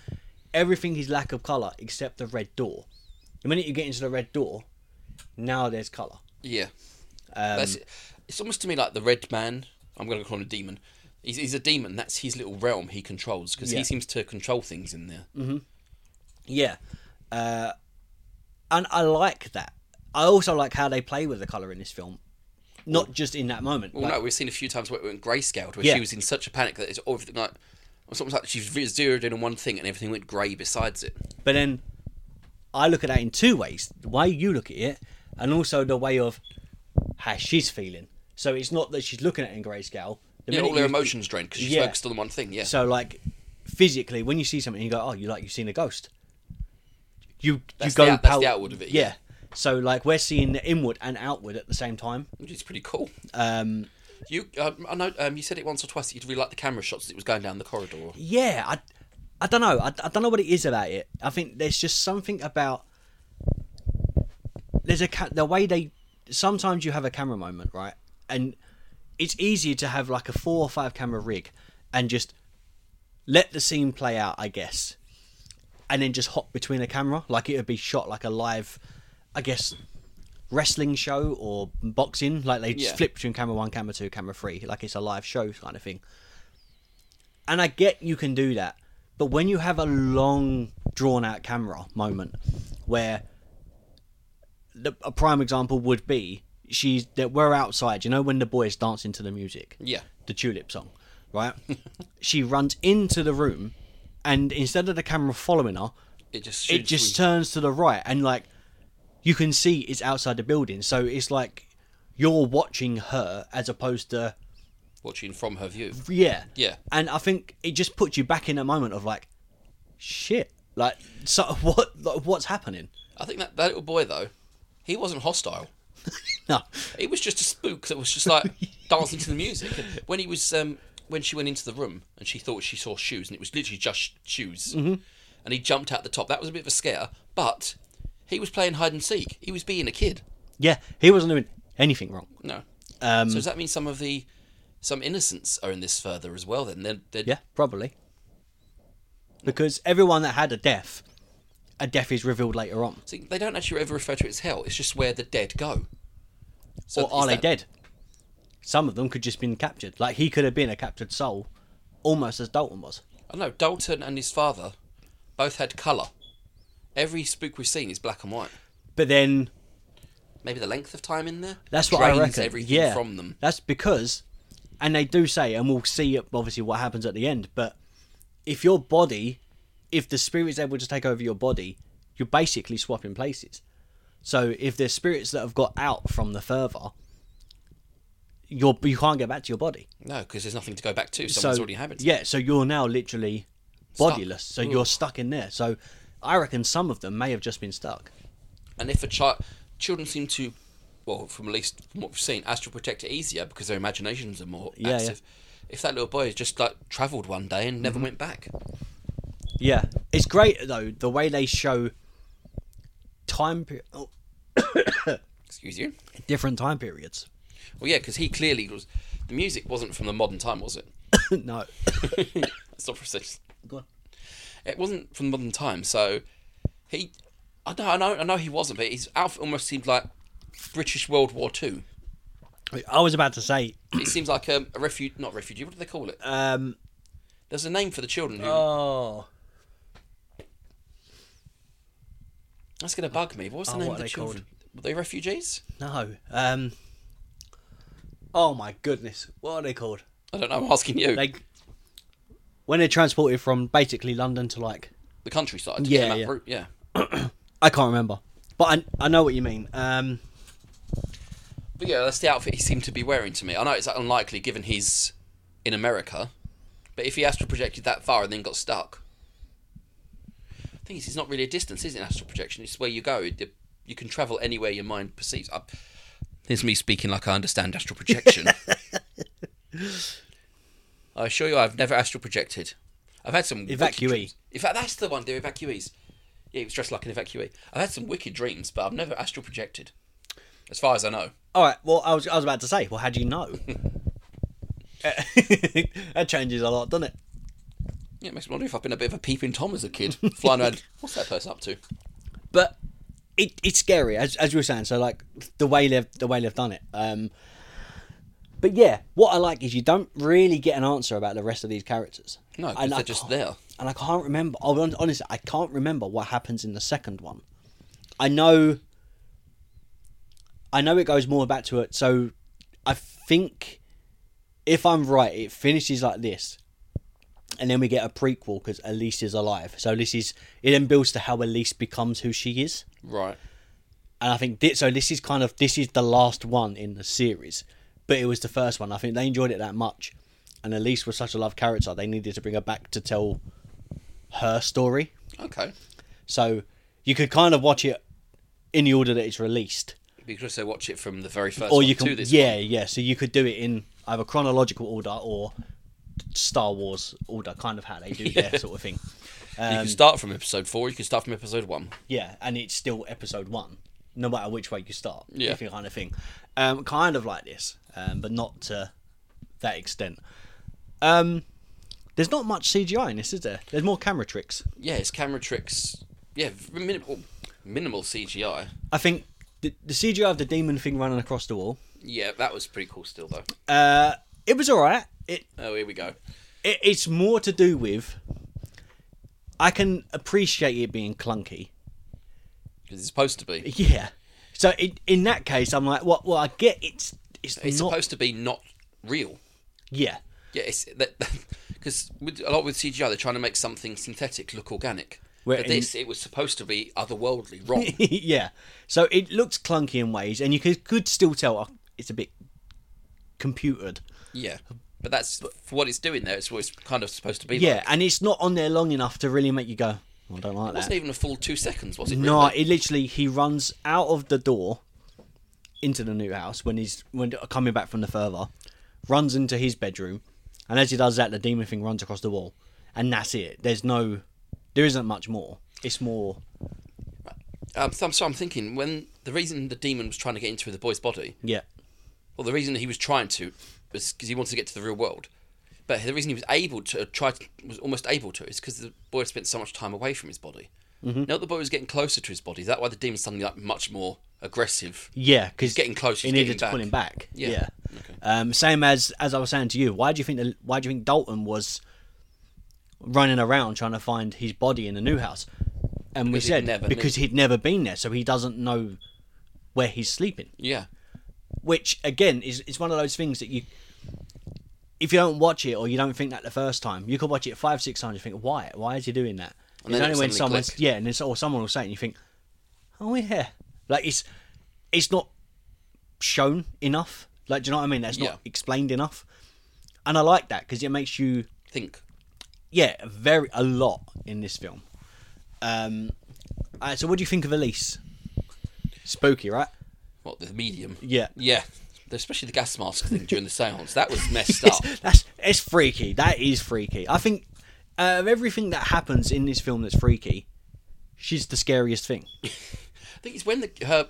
Speaker 1: Everything is lack of color except the red door. The minute you get into the red door, now there's color.
Speaker 2: Yeah,
Speaker 1: Um,
Speaker 2: that's it. It's almost to me like the red man. I'm going to call him a demon. He's, he's a demon. That's his little realm he controls because
Speaker 1: Yeah. Mm-hmm.
Speaker 2: he seems to control things in there.
Speaker 1: Yeah, uh, and I like that. I also like how they play with the color in this film, not just in that moment.
Speaker 2: Well,
Speaker 1: like-
Speaker 2: no, we've seen a few times where it went grayscaled, where
Speaker 1: Yeah.
Speaker 2: she was in such a panic that it's everything like. It's almost like she was zeroed in on one thing and everything went grey besides it.
Speaker 1: But then I look at that in two ways the way you look at it, and also the way of how she's feeling. So it's not that she's looking at it in grayscale. The
Speaker 2: Yeah,
Speaker 1: minute
Speaker 2: all her
Speaker 1: you-
Speaker 2: emotions drained because she's
Speaker 1: Yeah.
Speaker 2: focused on one thing. Yeah,
Speaker 1: So, like, physically, when you see something, you go, oh, you like you've seen a ghost. You,
Speaker 2: That's
Speaker 1: you go
Speaker 2: the out- that's
Speaker 1: pal-
Speaker 2: the outward of it,
Speaker 1: Yeah.
Speaker 2: yeah.
Speaker 1: So, like, we're seeing the inward and outward at the same time.
Speaker 2: which is pretty cool.
Speaker 1: Um,
Speaker 2: You, um, I know, um, you said it once or twice that you'd really like the camera shots as it was going down the corridor.
Speaker 1: yeah, I, I don't know. I, I don't know what it is about it. I think there's just something about there's a ca- the way they sometimes you have a camera moment, right? And it's easier to have like a four or five camera rig and just let the scene play out, I guess, and then just hop between a camera like it would be shot like a live, I guess. Wrestling show or boxing, like they just
Speaker 2: Yeah.
Speaker 1: flip between camera one, camera two, camera three, like it's a live show kind of thing and I get you can do that, but when you have a long, drawn out camera moment, where the, a prime example would be she's that we're outside, you know, when the boys dancing to the music,
Speaker 2: Yeah,
Speaker 1: the tulip song, right? she runs into the room, and instead of the camera following her,
Speaker 2: it just
Speaker 1: it
Speaker 2: shoots
Speaker 1: just
Speaker 2: through-
Speaker 1: turns to the right and like you can see it's outside the building so it's like you're watching her as opposed to
Speaker 2: watching from her view.
Speaker 1: Yeah.
Speaker 2: Yeah.
Speaker 1: And I think it just puts you back in a moment of like, shit. Like, so what? Like, what's happening?
Speaker 2: I think that, that little boy though, he wasn't hostile.
Speaker 1: No.
Speaker 2: It was just a spook that was just like dancing to the music. And when he was um, when she went into the room and she thought she saw shoes and it was literally just sh- shoes,
Speaker 1: Mm-hmm.
Speaker 2: and he jumped out the top. That was a bit of a scare, but he was playing hide and seek. He was being a kid.
Speaker 1: Yeah, he wasn't doing anything wrong.
Speaker 2: No.
Speaker 1: Um,
Speaker 2: so does that mean some of the some innocents are in this further as well? Then they're, they're
Speaker 1: Yeah, probably. Because everyone that had a death, a death is revealed later on.
Speaker 2: See, they don't actually ever refer to it as hell. It's just where the dead go. So
Speaker 1: or are
Speaker 2: is
Speaker 1: they
Speaker 2: that-
Speaker 1: dead? Some of them could just been captured. Like he could have been a captured soul, almost as Dalton was.
Speaker 2: I know Dalton and his father both had colour. Every spook we've seen is black and white.
Speaker 1: But then
Speaker 2: Maybe the length of time in there.
Speaker 1: that's what
Speaker 2: drains
Speaker 1: I reckon.
Speaker 2: Everything
Speaker 1: yeah,
Speaker 2: from them.
Speaker 1: That's because, and they do say, and we'll see obviously what happens at the end. But if your body, if the spirit's able to take over your body, you're basically swapping places. So if there's spirits that have got out from the further, you're you can't get back to your body.
Speaker 2: No, because there's nothing to go back to. Someone's
Speaker 1: so
Speaker 2: already inhabited.
Speaker 1: yeah, so you're now literally bodiless. So
Speaker 2: Ooh.
Speaker 1: you're stuck in there. So I reckon some of them may have just been stuck.
Speaker 2: And if a child, children seem to, well, from at least from what we've seen, astral protect it easier because their imaginations are more
Speaker 1: Yeah, yeah.
Speaker 2: active. If that little boy just like travelled one day and
Speaker 1: Mm-hmm.
Speaker 2: never went back,
Speaker 1: Yeah, it's great though the way they show time pe- oh,
Speaker 2: excuse you.
Speaker 1: different time periods.
Speaker 2: Well, yeah, because he clearly was. The music wasn't from the modern time, was it?
Speaker 1: no,
Speaker 2: It's not precise.
Speaker 1: Go on.
Speaker 2: It wasn't from modern time, so he. I know, I know, I know he wasn't, but his outfit almost seemed like British World War Two.
Speaker 1: I was about to say
Speaker 2: It seems like um, a refugee, not refugee. What do they call it?
Speaker 1: um,
Speaker 2: There's a name for the children. Who,
Speaker 1: oh,
Speaker 2: that's gonna bug me. What's the
Speaker 1: Oh,
Speaker 2: name
Speaker 1: what
Speaker 2: of
Speaker 1: are
Speaker 2: the
Speaker 1: they
Speaker 2: children? Were they refugees?
Speaker 1: no, um, oh my goodness, what are they called?
Speaker 2: I don't know. I'm asking you.
Speaker 1: Like when they're transported from basically London to like
Speaker 2: the countryside.
Speaker 1: Yeah,
Speaker 2: Yeah, yeah.
Speaker 1: yeah.
Speaker 2: Route, yeah.
Speaker 1: I can't remember, but I I know what you mean. Um,
Speaker 2: But yeah, that's the outfit he seemed to be wearing to me. I know it's unlikely given he's in America, but if he astral projected that far and then got stuck, the thing is, it's not really a distance, is it? Astral projection, it's where you go. It- You can travel anywhere your mind perceives. I, here's me speaking like I understand astral projection. I assure you, I've never astral projected. I've had some wicked
Speaker 1: Evacuee.
Speaker 2: dreams. In fact, that's the one. They're evacuees. Yeah, he was dressed like an evacuee. I've had some wicked dreams, but I've never astral projected, as far as I know.
Speaker 1: All right. Well, I was I was about to say. Well, how do you know? that changes a lot, doesn't it?
Speaker 2: Yeah, it makes me wonder if I've been a bit of a peeping tom as a kid, flying around. What's that person up to?
Speaker 1: But it, it's scary, as as you were saying. So like the way they've the way they've done it. Um, but yeah, what I like is you don't really get an answer about the rest of these characters.
Speaker 2: No, 'cause
Speaker 1: And I
Speaker 2: they're just
Speaker 1: can't-
Speaker 2: there.
Speaker 1: And I can't remember. I'll be hon- honest. I can't remember what happens in the second one. I know. I know it goes more back to it. So, I think, if I'm right, it finishes like this, and then we get a prequel because Elise is alive. So this is it. Then builds to how Elise becomes who she is,
Speaker 2: Right.
Speaker 1: and I think this, so. This is kind of this is the last one in the series, but it was the first one. I think they enjoyed it that much, and Elise was such a loved character. They needed to bring her back to tell her story.
Speaker 2: Okay.
Speaker 1: So you could kind of watch it in the order that it's released,
Speaker 2: You could also watch it from the very first
Speaker 1: or
Speaker 2: one
Speaker 1: you
Speaker 2: to
Speaker 1: can
Speaker 2: this
Speaker 1: yeah yeah. So you could do it in either chronological order or Star Wars order, kind of how they do their sort of thing.
Speaker 2: one.
Speaker 1: um,
Speaker 2: You can start from episode four, you can start from episode one.
Speaker 1: Yeah, and it's still episode one, no matter which way you start.
Speaker 2: Yeah.
Speaker 1: if you kind of thing, um, kind of like this, um, but not to that extent. Um, there's not much CGI in this, is there? There's more camera tricks.
Speaker 2: Yeah, it's camera tricks. Yeah, v- minimal, minimal CGI.
Speaker 1: I think the, the CGI of the demon thing running across the wall.
Speaker 2: Yeah, that was pretty cool still, though.
Speaker 1: Uh, it was all right. It
Speaker 2: Oh, here we go.
Speaker 1: it, it's more to do with I can appreciate it being clunky.
Speaker 2: Because it's supposed to be.
Speaker 1: Yeah. So it, in that case, I'm like, what? Well, I get it's it's,
Speaker 2: It's
Speaker 1: not.
Speaker 2: supposed to be not real.
Speaker 1: yeah.
Speaker 2: Yeah, it's that because with a lot with CGI they're trying to make something synthetic look organic.
Speaker 1: Where
Speaker 2: But
Speaker 1: in-
Speaker 2: this, it was supposed to be otherworldly, wrong.
Speaker 1: yeah. So it looks clunky in ways, and you could, could still tell oh, it's a bit computered.
Speaker 2: yeah, But that's for what it's doing there. It's what it's kind of supposed to be.
Speaker 1: Yeah,
Speaker 2: like.
Speaker 1: and it's not on there long enough to really make you go, "Oh, I don't like
Speaker 2: it
Speaker 1: that.
Speaker 2: wasn't even a full two seconds, was it?
Speaker 1: No,
Speaker 2: really?
Speaker 1: it literally he runs out of the door into the new house when he's when coming back from the further, runs into his bedroom, and as he does that, the demon thing runs across the wall, and that's it. There's no, there isn't much more. It's more,
Speaker 2: Um, so, I'm, so I'm thinking when the reason the demon was trying to get into the boy's body,
Speaker 1: yeah,
Speaker 2: well, the reason he was trying to was because he wanted to get to the real world. But the reason he was able to try to, was almost able to is because the boy had spent so much time away from his body.
Speaker 1: Mm-hmm.
Speaker 2: Now that the boy was getting closer to his body. Is that why the demon's suddenly like much more aggressive?
Speaker 1: yeah, because
Speaker 2: getting close,
Speaker 1: He
Speaker 2: he's
Speaker 1: needed
Speaker 2: getting
Speaker 1: to pull
Speaker 2: back.
Speaker 1: him back. Yeah.
Speaker 2: Yeah.
Speaker 1: Um, same as as I was saying to you. Why do you think the, why do you think Dalton was running around trying to find his body in the new house? And
Speaker 2: Because
Speaker 1: we
Speaker 2: he'd
Speaker 1: said
Speaker 2: never
Speaker 1: because he'd never been there, so he doesn't know where he's sleeping.
Speaker 2: Yeah,
Speaker 1: which again is it's one of those things that you if you don't watch it or you don't think that the first time you could watch it five six times and think why why is he doing that
Speaker 2: And
Speaker 1: it's
Speaker 2: then
Speaker 1: only
Speaker 2: it'll
Speaker 1: when
Speaker 2: suddenly
Speaker 1: someone's
Speaker 2: click.
Speaker 1: yeah and it's, or someone will say it and you think oh yeah like it's it's not shown enough like do you know what i mean that's
Speaker 2: Yeah.
Speaker 1: not explained enough and i like that because it makes you
Speaker 2: think.
Speaker 1: yeah very a lot in this film um all right, so what do you think of elise spooky right
Speaker 2: What the medium?
Speaker 1: Yeah.
Speaker 2: yeah. Especially the gas mask thing during the seance. That was messed up.
Speaker 1: It's, that's it's freaky. That is freaky. I think uh, of everything that happens in this film that's freaky, she's the scariest thing.
Speaker 2: I think it's when the, her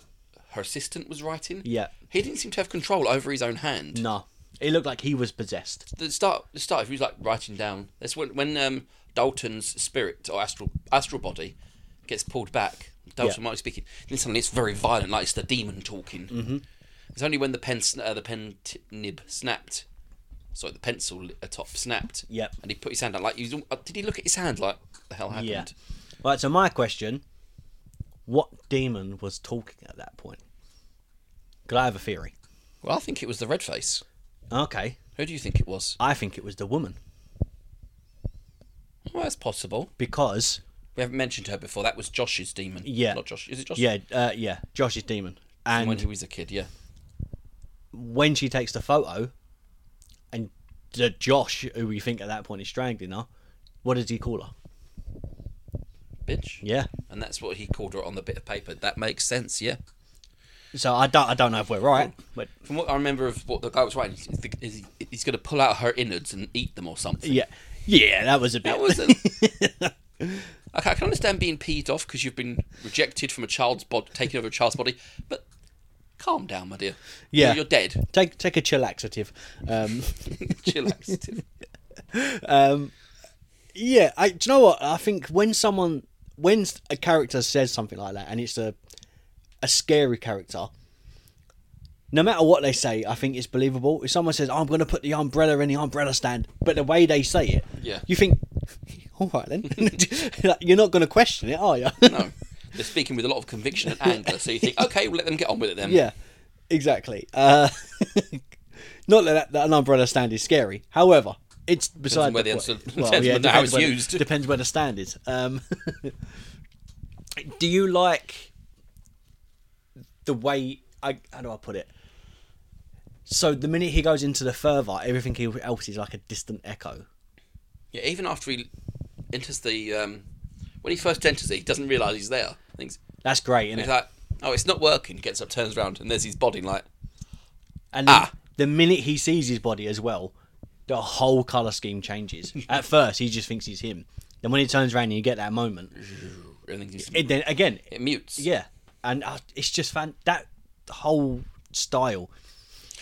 Speaker 2: her assistant was writing.
Speaker 1: Yeah.
Speaker 2: he didn't seem to have control over his own hand.
Speaker 1: No, it looked like he was possessed.
Speaker 2: The start, the start. If he was like writing down, that's when when um, Dalton's spirit or astral astral body gets pulled back. Dalton
Speaker 1: Yeah.
Speaker 2: might be speaking. Then suddenly it's very violent, like it's the demon talking. Mm-hmm. It's only when the pen sn- uh, the pen t- nib snapped. Sorry, the pencil li- uh, top snapped.
Speaker 1: Yep.
Speaker 2: And he put his hand out like he was. all- uh, Did he look at his hand like "What the hell happened?
Speaker 1: Yeah. Right. So my question: What demon was talking at that point? Could I have a theory?
Speaker 2: Well, I think it was the red face.
Speaker 1: Okay,
Speaker 2: Who do you think it was?
Speaker 1: I think it was the woman
Speaker 2: Well, that's possible.
Speaker 1: because
Speaker 2: We haven't mentioned her before. That was Josh's demon.
Speaker 1: Yeah.
Speaker 2: Not Josh. Is it Josh?
Speaker 1: yeah, uh, yeah, Josh's demon, and
Speaker 2: When he was a kid, yeah.
Speaker 1: when she takes the photo, and the Josh, who we think at that point is strangling her, what does he call her?
Speaker 2: Bitch.
Speaker 1: Yeah.
Speaker 2: And that's what he called her on the bit of paper. That makes sense, yeah.
Speaker 1: So I don't, I don't know if we're right, but
Speaker 2: From what I remember of what the guy was writing, is the, is he, he's going to pull out her innards and eat them or something.
Speaker 1: yeah, yeah, that was a bit.
Speaker 2: That wasn't. I can I can understand being peeved off because you've been rejected from a child's body, taking over a child's body, but calm down, my dear.
Speaker 1: Yeah.
Speaker 2: You're, you're dead.
Speaker 1: take take a chillaxative. Um,
Speaker 2: Chillax.
Speaker 1: um, yeah, I, do you know what? I think when someone, when a character says something like that, and it's a a scary character, no matter what they say, I think it's believable. If someone says, "I'm going to put the umbrella in the umbrella stand," but the way they say it,
Speaker 2: Yeah.
Speaker 1: you think, "All right then," Like, you're not going to question it, are you?
Speaker 2: no. They're speaking with a lot of conviction and anger, so you think, okay, we'll let them get on with it then.
Speaker 1: Yeah, exactly. Uh, not that, that an umbrella stand is scary. However, it's beside
Speaker 2: on where
Speaker 1: the
Speaker 2: the
Speaker 1: point.
Speaker 2: answer- depends on how
Speaker 1: depends
Speaker 2: it's
Speaker 1: where the-
Speaker 2: used.
Speaker 1: depends where the stand is. Um, do you like the way? I how do I put it? So the minute he goes into the further, everything else is like a distant echo.
Speaker 2: Yeah, even after he enters the um, when he first enters it, he doesn't realise he's there. Thinks
Speaker 1: That's great, isn't
Speaker 2: he's
Speaker 1: it?
Speaker 2: like, "Oh, it's not working." Gets up, turns around, and there's his body. Like,
Speaker 1: And
Speaker 2: Ah.
Speaker 1: the minute he sees his body as well, the whole color scheme changes. At first, he just thinks he's him. Then when he turns around and you get that moment,
Speaker 2: everything's
Speaker 1: it then again,
Speaker 2: it mutes.
Speaker 1: yeah, and uh, it's just fan that whole style.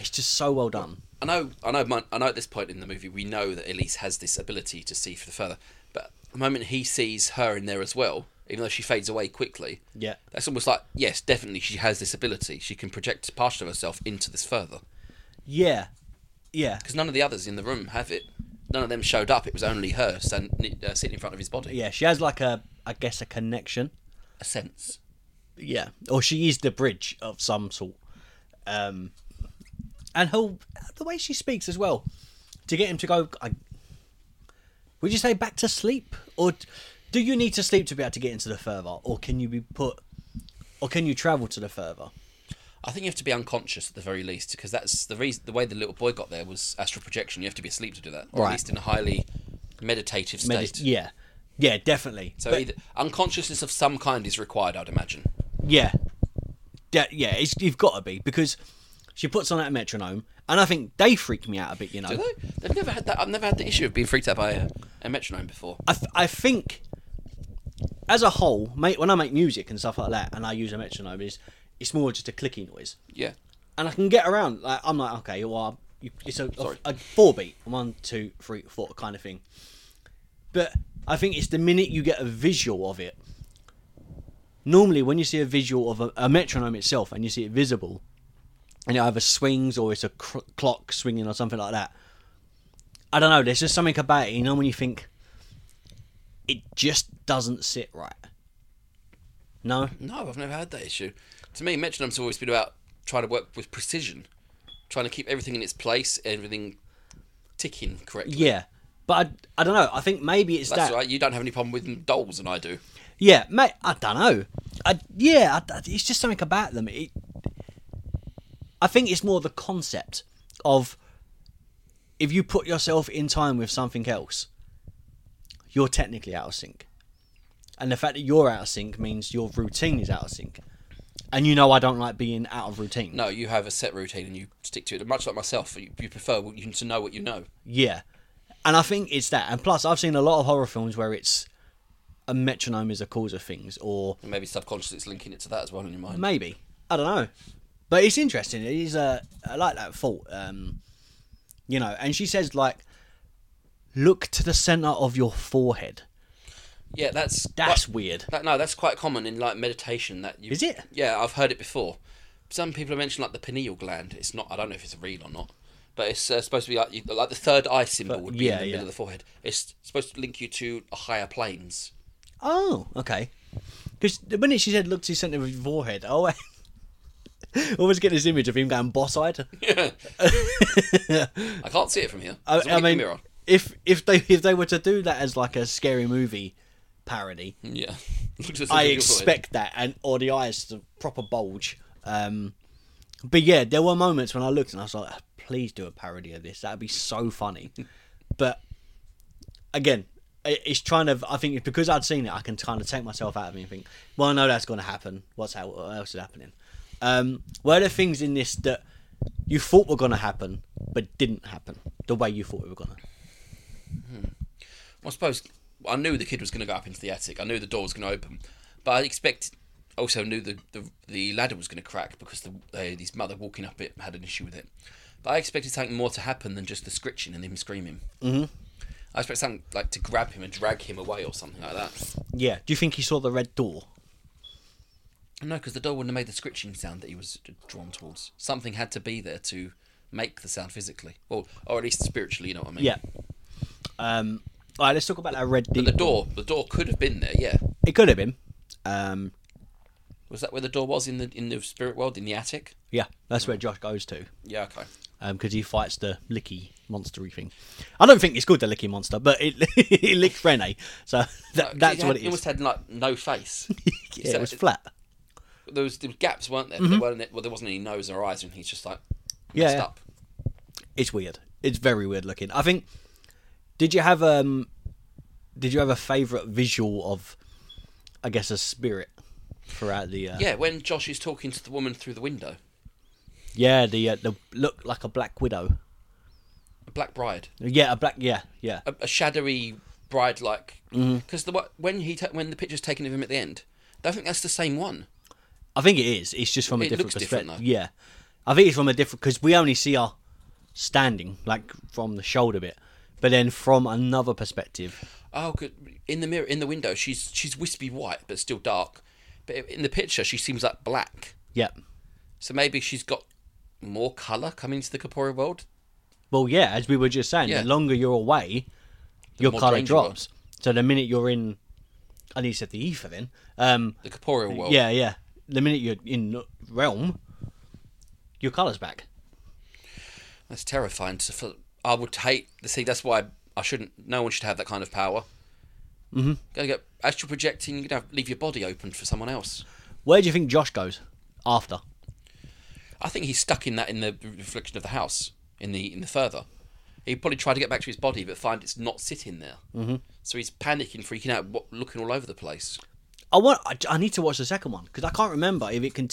Speaker 1: It's just so well done.
Speaker 2: I know, I know, Mon- I know. At this point in the movie, we know that Elise has this ability to see for the further. But the moment he sees her in there as well, even though she fades away quickly,
Speaker 1: Yeah.
Speaker 2: that's almost like yes, definitely she has this ability. She can project part of herself into this further
Speaker 1: Yeah, yeah,
Speaker 2: because none of the others in the room have it. None of them showed up. It was only her stand, uh, sitting in front of his body.
Speaker 1: yeah. She has like a, I guess, a connection.
Speaker 2: A sense.
Speaker 1: Yeah, or she is the bridge of some sort. Um, and her the way she speaks as well to get him to go. I, would you say back to sleep, or d- do you need to sleep to be able to get into the further, or can you be put, or can you travel to the further?
Speaker 2: I think you have to be unconscious at the very least because that's the reason. The way the little boy got there was astral projection. You have to be asleep to do that, or
Speaker 1: Right.
Speaker 2: at least in a highly meditative state.
Speaker 1: Medis- yeah, yeah, definitely.
Speaker 2: so
Speaker 1: But-
Speaker 2: either unconsciousness of some kind is required, I'd imagine.
Speaker 1: Yeah, De- yeah, it's, you've got to be because she puts on that metronome, and I think they freak me out a bit. You know,
Speaker 2: Do they? They've never had that. I've never had the issue of being freaked out by a, a metronome before.
Speaker 1: I, th- I think as a whole, mate, when I make music and stuff like that, and I use a metronome, is it's more just a clicky noise,
Speaker 2: Yeah.
Speaker 1: and I can get around. Like I'm like, okay, well, you, it's a, a,
Speaker 2: Sorry.
Speaker 1: a four beat, one, two, three, four kind of thing. But I think it's the minute you get a visual of it. Normally, when you see a visual of a, a metronome itself and you see it visible, and it either swings or it's a cr- clock swinging or something like that. I don't know. There's just something about it, you know, when you think it just doesn't sit right. No,
Speaker 2: No, I've never had that issue. To me, metronome's always been about trying to work with precision, trying to keep everything in its place, everything ticking correctly.
Speaker 1: yeah, but I, I don't know. I think maybe it's
Speaker 2: That's
Speaker 1: that.
Speaker 2: right. You don't have any problem with dolls, and I do.
Speaker 1: Yeah, mate. I don't know. I, yeah, I, I- it's just something about them. It, I think it's more the concept of if you put yourself in time with something else, you're technically out of sync, and the fact that you're out of sync means your routine is out of sync, and you know I don't like being out of routine.
Speaker 2: No, you have a set routine and you stick to it. Much like myself, you, you prefer what you, to know what you know.
Speaker 1: Yeah, and I think it's that. And plus, I've seen a lot of horror films where it's a metronome is a cause of things, or
Speaker 2: And maybe subconsciously it's linking it to that as well in your mind.
Speaker 1: Maybe I don't know, but it's interesting. It is uh, I like that thought. Um, you know, and she says like, look to the center of your forehead.
Speaker 2: Yeah, that's
Speaker 1: That's
Speaker 2: quite-
Speaker 1: weird.
Speaker 2: That, no, that's quite common in like meditation. That you,
Speaker 1: Is it?
Speaker 2: Yeah, I've heard it before. Some people mention like the pineal gland. It's not. I don't know if it's real or not, but it's uh, supposed to be like you, like the third eye symbol would be
Speaker 1: yeah,
Speaker 2: in the
Speaker 1: yeah.
Speaker 2: middle of the forehead. It's supposed to link you to higher planes.
Speaker 1: Oh, okay. Because the minute she said look to the center of your forehead, oh. I always get this image of him going boss-eyed.
Speaker 2: I can't see it from here.
Speaker 1: I,
Speaker 2: Somebody
Speaker 1: I
Speaker 2: put
Speaker 1: mean,
Speaker 2: mirror on.
Speaker 1: if if they if they were to do that as like a scary movie parody,
Speaker 2: yeah. Look at the
Speaker 1: I
Speaker 2: center of your forehead.
Speaker 1: expect that, and or the eyes to proper bulge. Um, but yeah, there were moments when I looked and I was like, "Ah, "Please do a parody of this. That'd be so funny." but again, i- it's trying to. I think it's because I'd seen it, I can kind of take myself out of it and think, "Well, I know that's going to happen. What's how, what else is happening?" Um, were there things in this that you thought were going to happen but didn't happen the way you thought it were going to?
Speaker 2: I suppose I knew the kid was going to go up into the attic. I knew the door was going to open, but I expected. Also knew the the, the ladder was going to crack because the uh, his mother walking up it had an issue with it. But I expected something more to happen than just the scritching and him screaming. Mm-hmm. I expect something like to grab him and drag him away or something like that.
Speaker 1: Yeah. Do you think he saw the red door?
Speaker 2: No, because the door wouldn't have made the scritching sound that he was drawn towards. Something had to be there to make the sound physically, or or at least spiritually. You know what I mean?
Speaker 1: Yeah. Um, all right, let's talk about that red
Speaker 2: The
Speaker 1: door.
Speaker 2: door, the door could have been there. Yeah.
Speaker 1: It could have been. Um,
Speaker 2: Was that where the door was in the in the spirit world in the attic?
Speaker 1: yeah, that's where Josh goes to
Speaker 2: Yeah. Okay.
Speaker 1: because he fights the licky monstery thing. I don't think it's called the licky monster, but it, it licked Rene, so that,
Speaker 2: Uh,
Speaker 1: that's
Speaker 2: had-
Speaker 1: what it is.
Speaker 2: almost had like no face.
Speaker 1: Yeah,
Speaker 2: So
Speaker 1: it was flat.
Speaker 2: There was there were gaps, weren't there? But There weren't, well, there wasn't any nose or eyes, and he's just like
Speaker 1: Yeah,
Speaker 2: messed
Speaker 1: yeah.
Speaker 2: up.
Speaker 1: It's weird. It's very weird looking. I think. Did you have um? Did you have a favourite visual of, I guess, a spirit throughout the uh,
Speaker 2: Yeah, when Josh is talking to the woman through the window,
Speaker 1: yeah the uh, the look like a black widow
Speaker 2: a black bride,
Speaker 1: yeah a black yeah yeah
Speaker 2: a, a shadowy bride, like because the the when he ta- when the picture's taken of him at the end, I think that's the same one.
Speaker 1: I think it is. It's just from a
Speaker 2: It
Speaker 1: different
Speaker 2: looks different,
Speaker 1: perspective.
Speaker 2: though.
Speaker 1: yeah, I think it's from a different because we only see her standing, like from the shoulder bit, but then from another perspective,
Speaker 2: Oh, good. In the mirror, in the window, she's she's wispy white, but still dark. But in the picture, she seems like black.
Speaker 1: yeah.
Speaker 2: So maybe she's got more color coming into the corporeal world.
Speaker 1: Well, yeah, as we were just saying,
Speaker 2: Yeah.
Speaker 1: the longer you're away, your
Speaker 2: more
Speaker 1: color
Speaker 2: drained you are.
Speaker 1: drops. So the minute you're in, I need to say the ether then. Um,
Speaker 2: The corporeal world.
Speaker 1: yeah, yeah. The minute you're in realm, your color's back.
Speaker 2: That's terrifying. To, for, I would hate. See, that's why I shouldn't. No one should have that kind of power. Mm-hmm. Gonna get astral projecting. You're gonna have, leave your body open for someone else.
Speaker 1: Where do you think Josh goes after?
Speaker 2: I think he's stuck in that in the reflection of the house in the in the further. He probably tried to get back to his body, but find it's not sitting there. Mm-hmm. So he's panicking, freaking out, wa- looking all over the place.
Speaker 1: I want. I, I need to watch the second one because I can't remember if it can.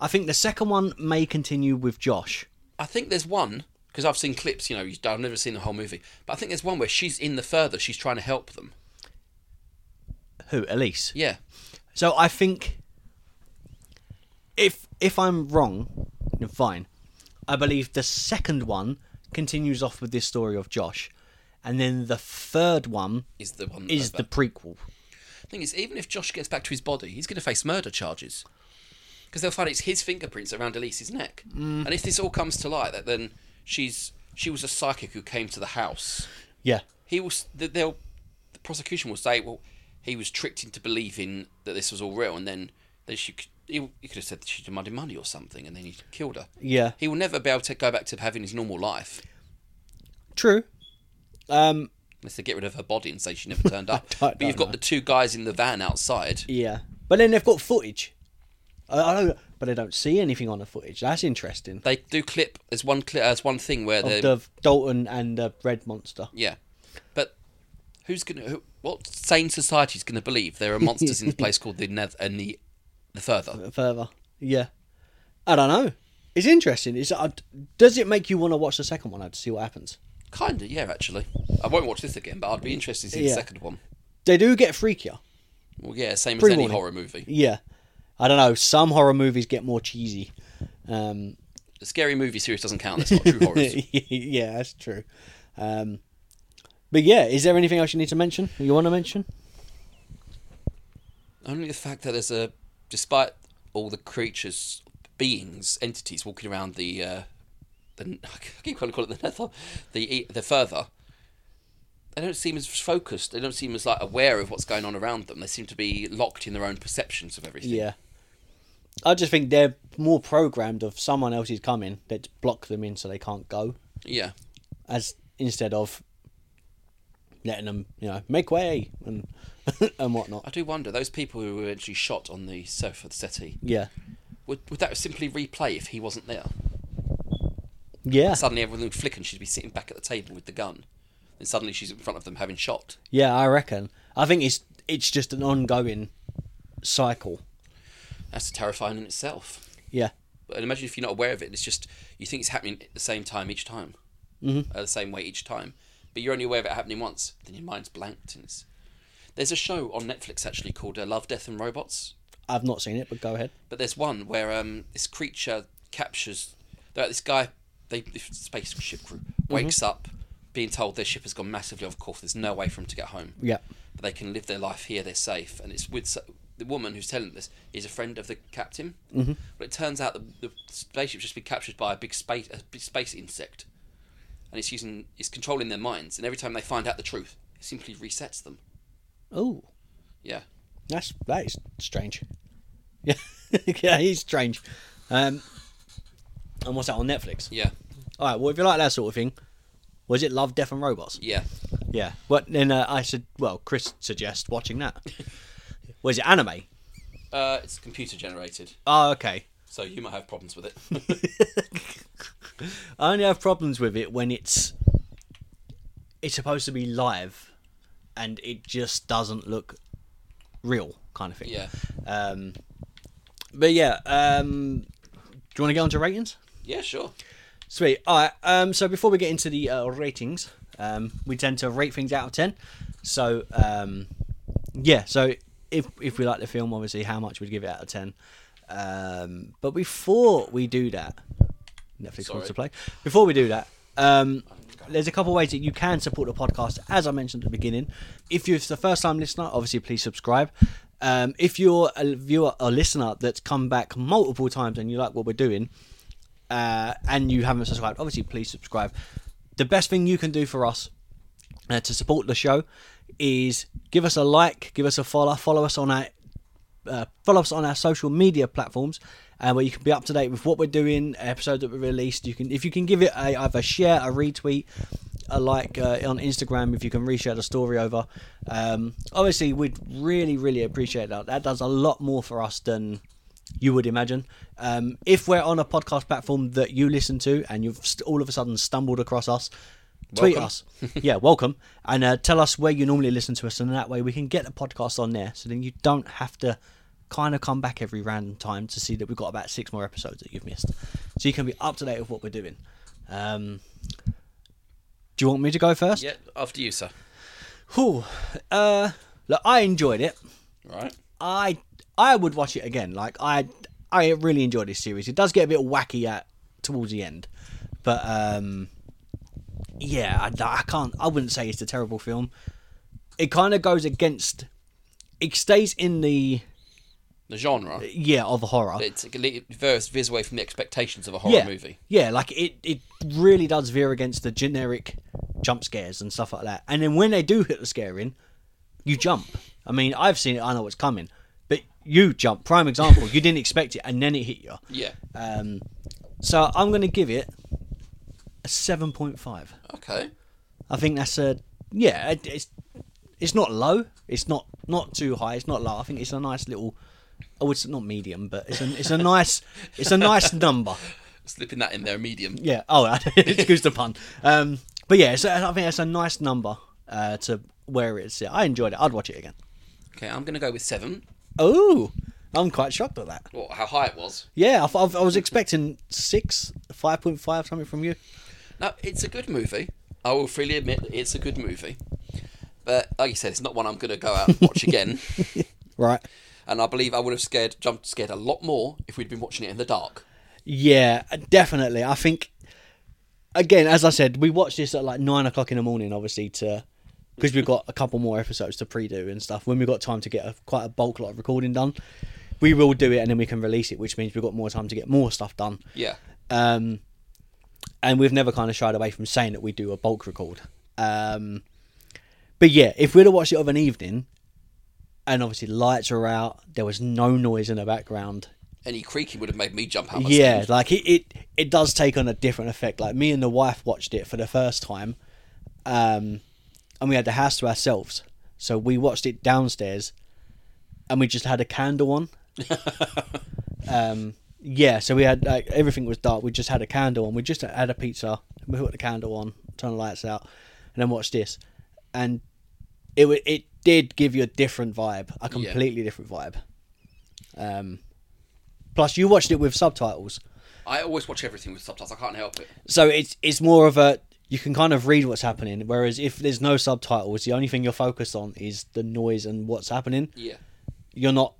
Speaker 1: I think the second one may continue with Josh.
Speaker 2: I think there's one because I've seen clips. You know, you- I've never seen the whole movie, but I think there's one where she's in the further. She's trying to help them.
Speaker 1: Who Elise?
Speaker 2: Yeah,
Speaker 1: So I think if if I'm wrong, then fine. I believe the second one continues off with this story of Josh, and then the third one
Speaker 2: is the one.
Speaker 1: is the prequel.
Speaker 2: the thing is, even if Josh gets back to his body, he's going to face murder charges because they'll find it's his fingerprints around Elise's neck.
Speaker 1: Mm.
Speaker 2: And if this all comes to light, that then she's she was a psychic who came to the house.
Speaker 1: Yeah.
Speaker 2: he will. th- They'll. The prosecution will say, "Well, he was tricked into believing that this was all real, and then then she c- he, he could have said that she demanded money or something, and then he killed her."
Speaker 1: Yeah.
Speaker 2: He will never be able to go back to having his normal life
Speaker 1: True. Um.
Speaker 2: unless they get rid of her body and say she never turned up.
Speaker 1: don't
Speaker 2: but you've got
Speaker 1: know.
Speaker 2: the two guys in the van outside.
Speaker 1: Yeah. But then they've got footage. I, I don't. But I don't see anything on the footage. That's interesting.
Speaker 2: They do clip. There's one clip. There's one thing where they.
Speaker 1: The Dalton and the Red Monster.
Speaker 2: Um, Yeah, but who's gonna? Who, what sane society's gonna believe there are monsters in the place called the Neth and the the further?
Speaker 1: Further. Yeah. I don't know. It's interesting. It's, uh, does it make you want to watch the second one now to see what happens?
Speaker 2: Kinda, yeah, actually. I won't watch this again, but I'd be interested to see
Speaker 1: Yeah.
Speaker 2: the second one.
Speaker 1: They do get freakier.
Speaker 2: Well, yeah, same as any
Speaker 1: Pre-warning.
Speaker 2: horror movie.
Speaker 1: Yeah. I don't know. Some horror movies get more cheesy. Um,
Speaker 2: The scary movie series doesn't count. That's not true horrors.
Speaker 1: yeah, that's true. Um, but yeah, is there anything else you need to mention? You want to mention?
Speaker 2: Only the fact that there's a, despite all the creatures, beings, entities walking around the, uh, the I keep trying to call it the nether, the e, the further. They don't seem as focused. They don't seem as like aware of what's going on around them. They seem to be locked in their own perceptions of everything.
Speaker 1: Yeah. I just think they're more programmed of someone else is coming. Let's block them in so they can't go.
Speaker 2: yeah.
Speaker 1: as instead of letting them, you know, make way and and whatnot.
Speaker 2: I do wonder those people who were eventually shot on the sofa, the settee.
Speaker 1: Yeah,
Speaker 2: Would, would that simply replay if he wasn't there?
Speaker 1: yeah,
Speaker 2: Suddenly everything would flick and she'd be sitting back at the table with the gun. And suddenly she's in front of them having shot.
Speaker 1: yeah. I reckon. I think it's it's just an ongoing cycle.
Speaker 2: That's terrifying in itself.
Speaker 1: Yeah,
Speaker 2: But imagine if you're not aware of it. It's just, you think it's happening at the same time each time. Mm-hmm. Uh, the same way each time. But you're only aware of it happening once. Then your mind's blanked. And it's... There's a show on Netflix actually called uh, Love, Death and Robots.
Speaker 1: I've not seen it, but go ahead.
Speaker 2: But there's one where um, this creature captures that this guy, they the spaceship crew wakes up, being told their ship has gone massively off course. There's no way for them to get home.
Speaker 1: Yeah,
Speaker 2: But they can live their life here. They're safe, and it's with so- the woman who's telling this is a friend of the captain. Mm-hmm. But it turns out that the spaceship's just been captured by a big space a big space insect, and it's using it's controlling their minds. And every time they find out the truth, it simply resets them.
Speaker 1: Oh,
Speaker 2: Yeah,
Speaker 1: that's that is strange. Yeah, yeah, he's strange. Um, and what's that on Netflix?
Speaker 2: yeah,
Speaker 1: All right. Well, if you like that sort of thing, was it Love, Death, and Robots?
Speaker 2: yeah.
Speaker 1: Yeah. Well, then uh, I said, well, Chris suggests watching that. Was it anime?
Speaker 2: Uh, it's computer generated,
Speaker 1: Oh, okay.
Speaker 2: so you might have problems with it.
Speaker 1: I only have problems with it when it's it's supposed to be live, and it just doesn't look real, kind of thing.
Speaker 2: yeah.
Speaker 1: Um, but yeah. Um, do you want to get on to ratings?
Speaker 2: Yeah, sure.
Speaker 1: Sweet. All right. Um, so before we get into the uh, ratings, um, we tend to rate things out of ten. So um, yeah. So if if we like the film, obviously, how much we'd give it out of ten. Um, but before we do that, Netflix
Speaker 2: Sorry.
Speaker 1: wants to play. Before we do that, um, there's a couple ways that you can support the podcast. As I mentioned at the beginning, if you're the first time listener, obviously please subscribe. Um, if you're a viewer or listener that's come back multiple times and you like what we're doing, uh, and you haven't subscribed, obviously please subscribe. The best thing you can do for us uh, to support the show is give us a like, give us a follow, follow us on our uh, follow us on our social media platforms, uh, where you can be up to date with what we're doing, episode that we released. You can, if you can, give it a either share, a retweet, a like uh, on Instagram. If you can reshare the story over, um, obviously we'd really, really appreciate that. That does a lot more for us than you would imagine. Um, if we're on a podcast platform that you listen to and you've st- all of a sudden stumbled across us, tweet
Speaker 2: Welcome.
Speaker 1: us. yeah, welcome. And uh, tell us where you normally listen to us, and that way we can get the podcast on there. So then you don't have to kind of come back every random time to see that we've got about six more episodes that you've missed. So you can be up to date with what we're doing. Um, do you want me to go first?
Speaker 2: Yeah, after you, sir.
Speaker 1: Whew. Uh, look, I enjoyed it.
Speaker 2: Right.
Speaker 1: I I would watch it again. Like I I really enjoy this series. It does get a bit wacky at towards the end, but um, yeah, I, I can't. I wouldn't say it's a terrible film. It kind of goes against. It stays in the
Speaker 2: The genre.
Speaker 1: yeah of horror.
Speaker 2: It's it veers, veers away from the expectations of a horror
Speaker 1: yeah,
Speaker 2: movie.
Speaker 1: yeah, like it it really does veer against the generic jump scares and stuff like that. And then when they do hit the scare in, you jump. I mean, I've seen it. I know what's coming. But you jump. Prime example. you didn't expect it, and then it hit you.
Speaker 2: Yeah.
Speaker 1: Um, so I'm going to give it a 7.5.
Speaker 2: Okay.
Speaker 1: I think that's a yeah. it- It's it's not low. It's not not too high. It's not low. I think it's a nice little. Oh, it's not medium, but it's a it's a nice it's a nice number.
Speaker 2: Slipping that in there, medium.
Speaker 1: Yeah. Oh, excuse the pun. Um, but yeah, so I think that's a nice number uh, to where it's. I enjoyed it. I'd watch it again.
Speaker 2: Okay, I'm going to go with seven.
Speaker 1: Oh, I'm quite shocked at that.
Speaker 2: Well, how high it was.
Speaker 1: Yeah, I, thought- I was expecting six, five point five, something from you.
Speaker 2: No, it's a good movie. I will freely admit that it's a good movie. But like you said, it's not one I'm going to go out and watch again.
Speaker 1: Right.
Speaker 2: And I believe I would have scared, jumped scared a lot more if we'd been watching it in the dark.
Speaker 1: Yeah, definitely. I think again, as I said, we watched this at like nine o'clock in the morning, obviously, to because we've got a couple more episodes to pre-do and stuff. When we've got time to get a, quite a bulk lot of recording done, we will do it and then we can release it, which means we've got more time to get more stuff done.
Speaker 2: Yeah.
Speaker 1: Um, and we've never kind of shied away from saying that we do a bulk record. Um, but yeah, if we'd have watched it of an evening, and obviously the lights are out, there was no noise in the background.
Speaker 2: Any creaking would have made me jump out.
Speaker 1: Yeah, like it, it it does take on a different effect. Like me and the wife watched it for the first time, um, and we had the house to ourselves, so we watched it downstairs, and we just had a candle on. um, yeah, so we had like everything was dark. We just had a candle on. We just had a pizza. We put the candle on, turn the lights out, and then watched this, and it wa- it did give you a different vibe, a completely different vibe. Um, plus, you watched it with subtitles.
Speaker 2: I always watch everything with subtitles. I can't help it.
Speaker 1: So it's it's more of a you can kind of read what's happening. Whereas if there's no subtitles, the only thing you're focused on is the noise and what's happening.
Speaker 2: Yeah.
Speaker 1: You're not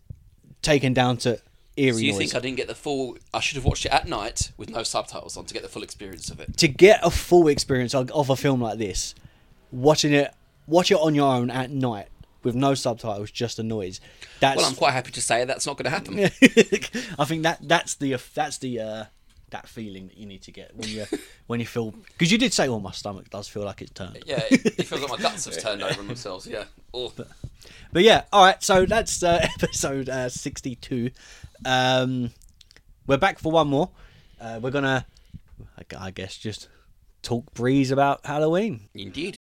Speaker 1: taken down to eerie
Speaker 2: Do you
Speaker 1: noise.
Speaker 2: think I didn't get the full? I should have watched it at night with no subtitles on to get the full experience of it.
Speaker 1: to get a full experience of of a film like this, watching it, watch it on your own at night with no subtitles, just the noise. That's
Speaker 2: Well, I'm quite happy to say that's not going to happen.
Speaker 1: I think that that's the that's the uh, that feeling that you need to get when you when you feel because you did say, "Oh, my stomach does feel like it's turned."
Speaker 2: Yeah, it, it feels like my guts have turned over on themselves. Yeah. Oh.
Speaker 1: But yeah, all right. So that's uh, episode uh, sixty-two. Um, we're back for one more. Uh, we're gonna, I gu- I guess, just talk breeze about Halloween.
Speaker 2: Indeed.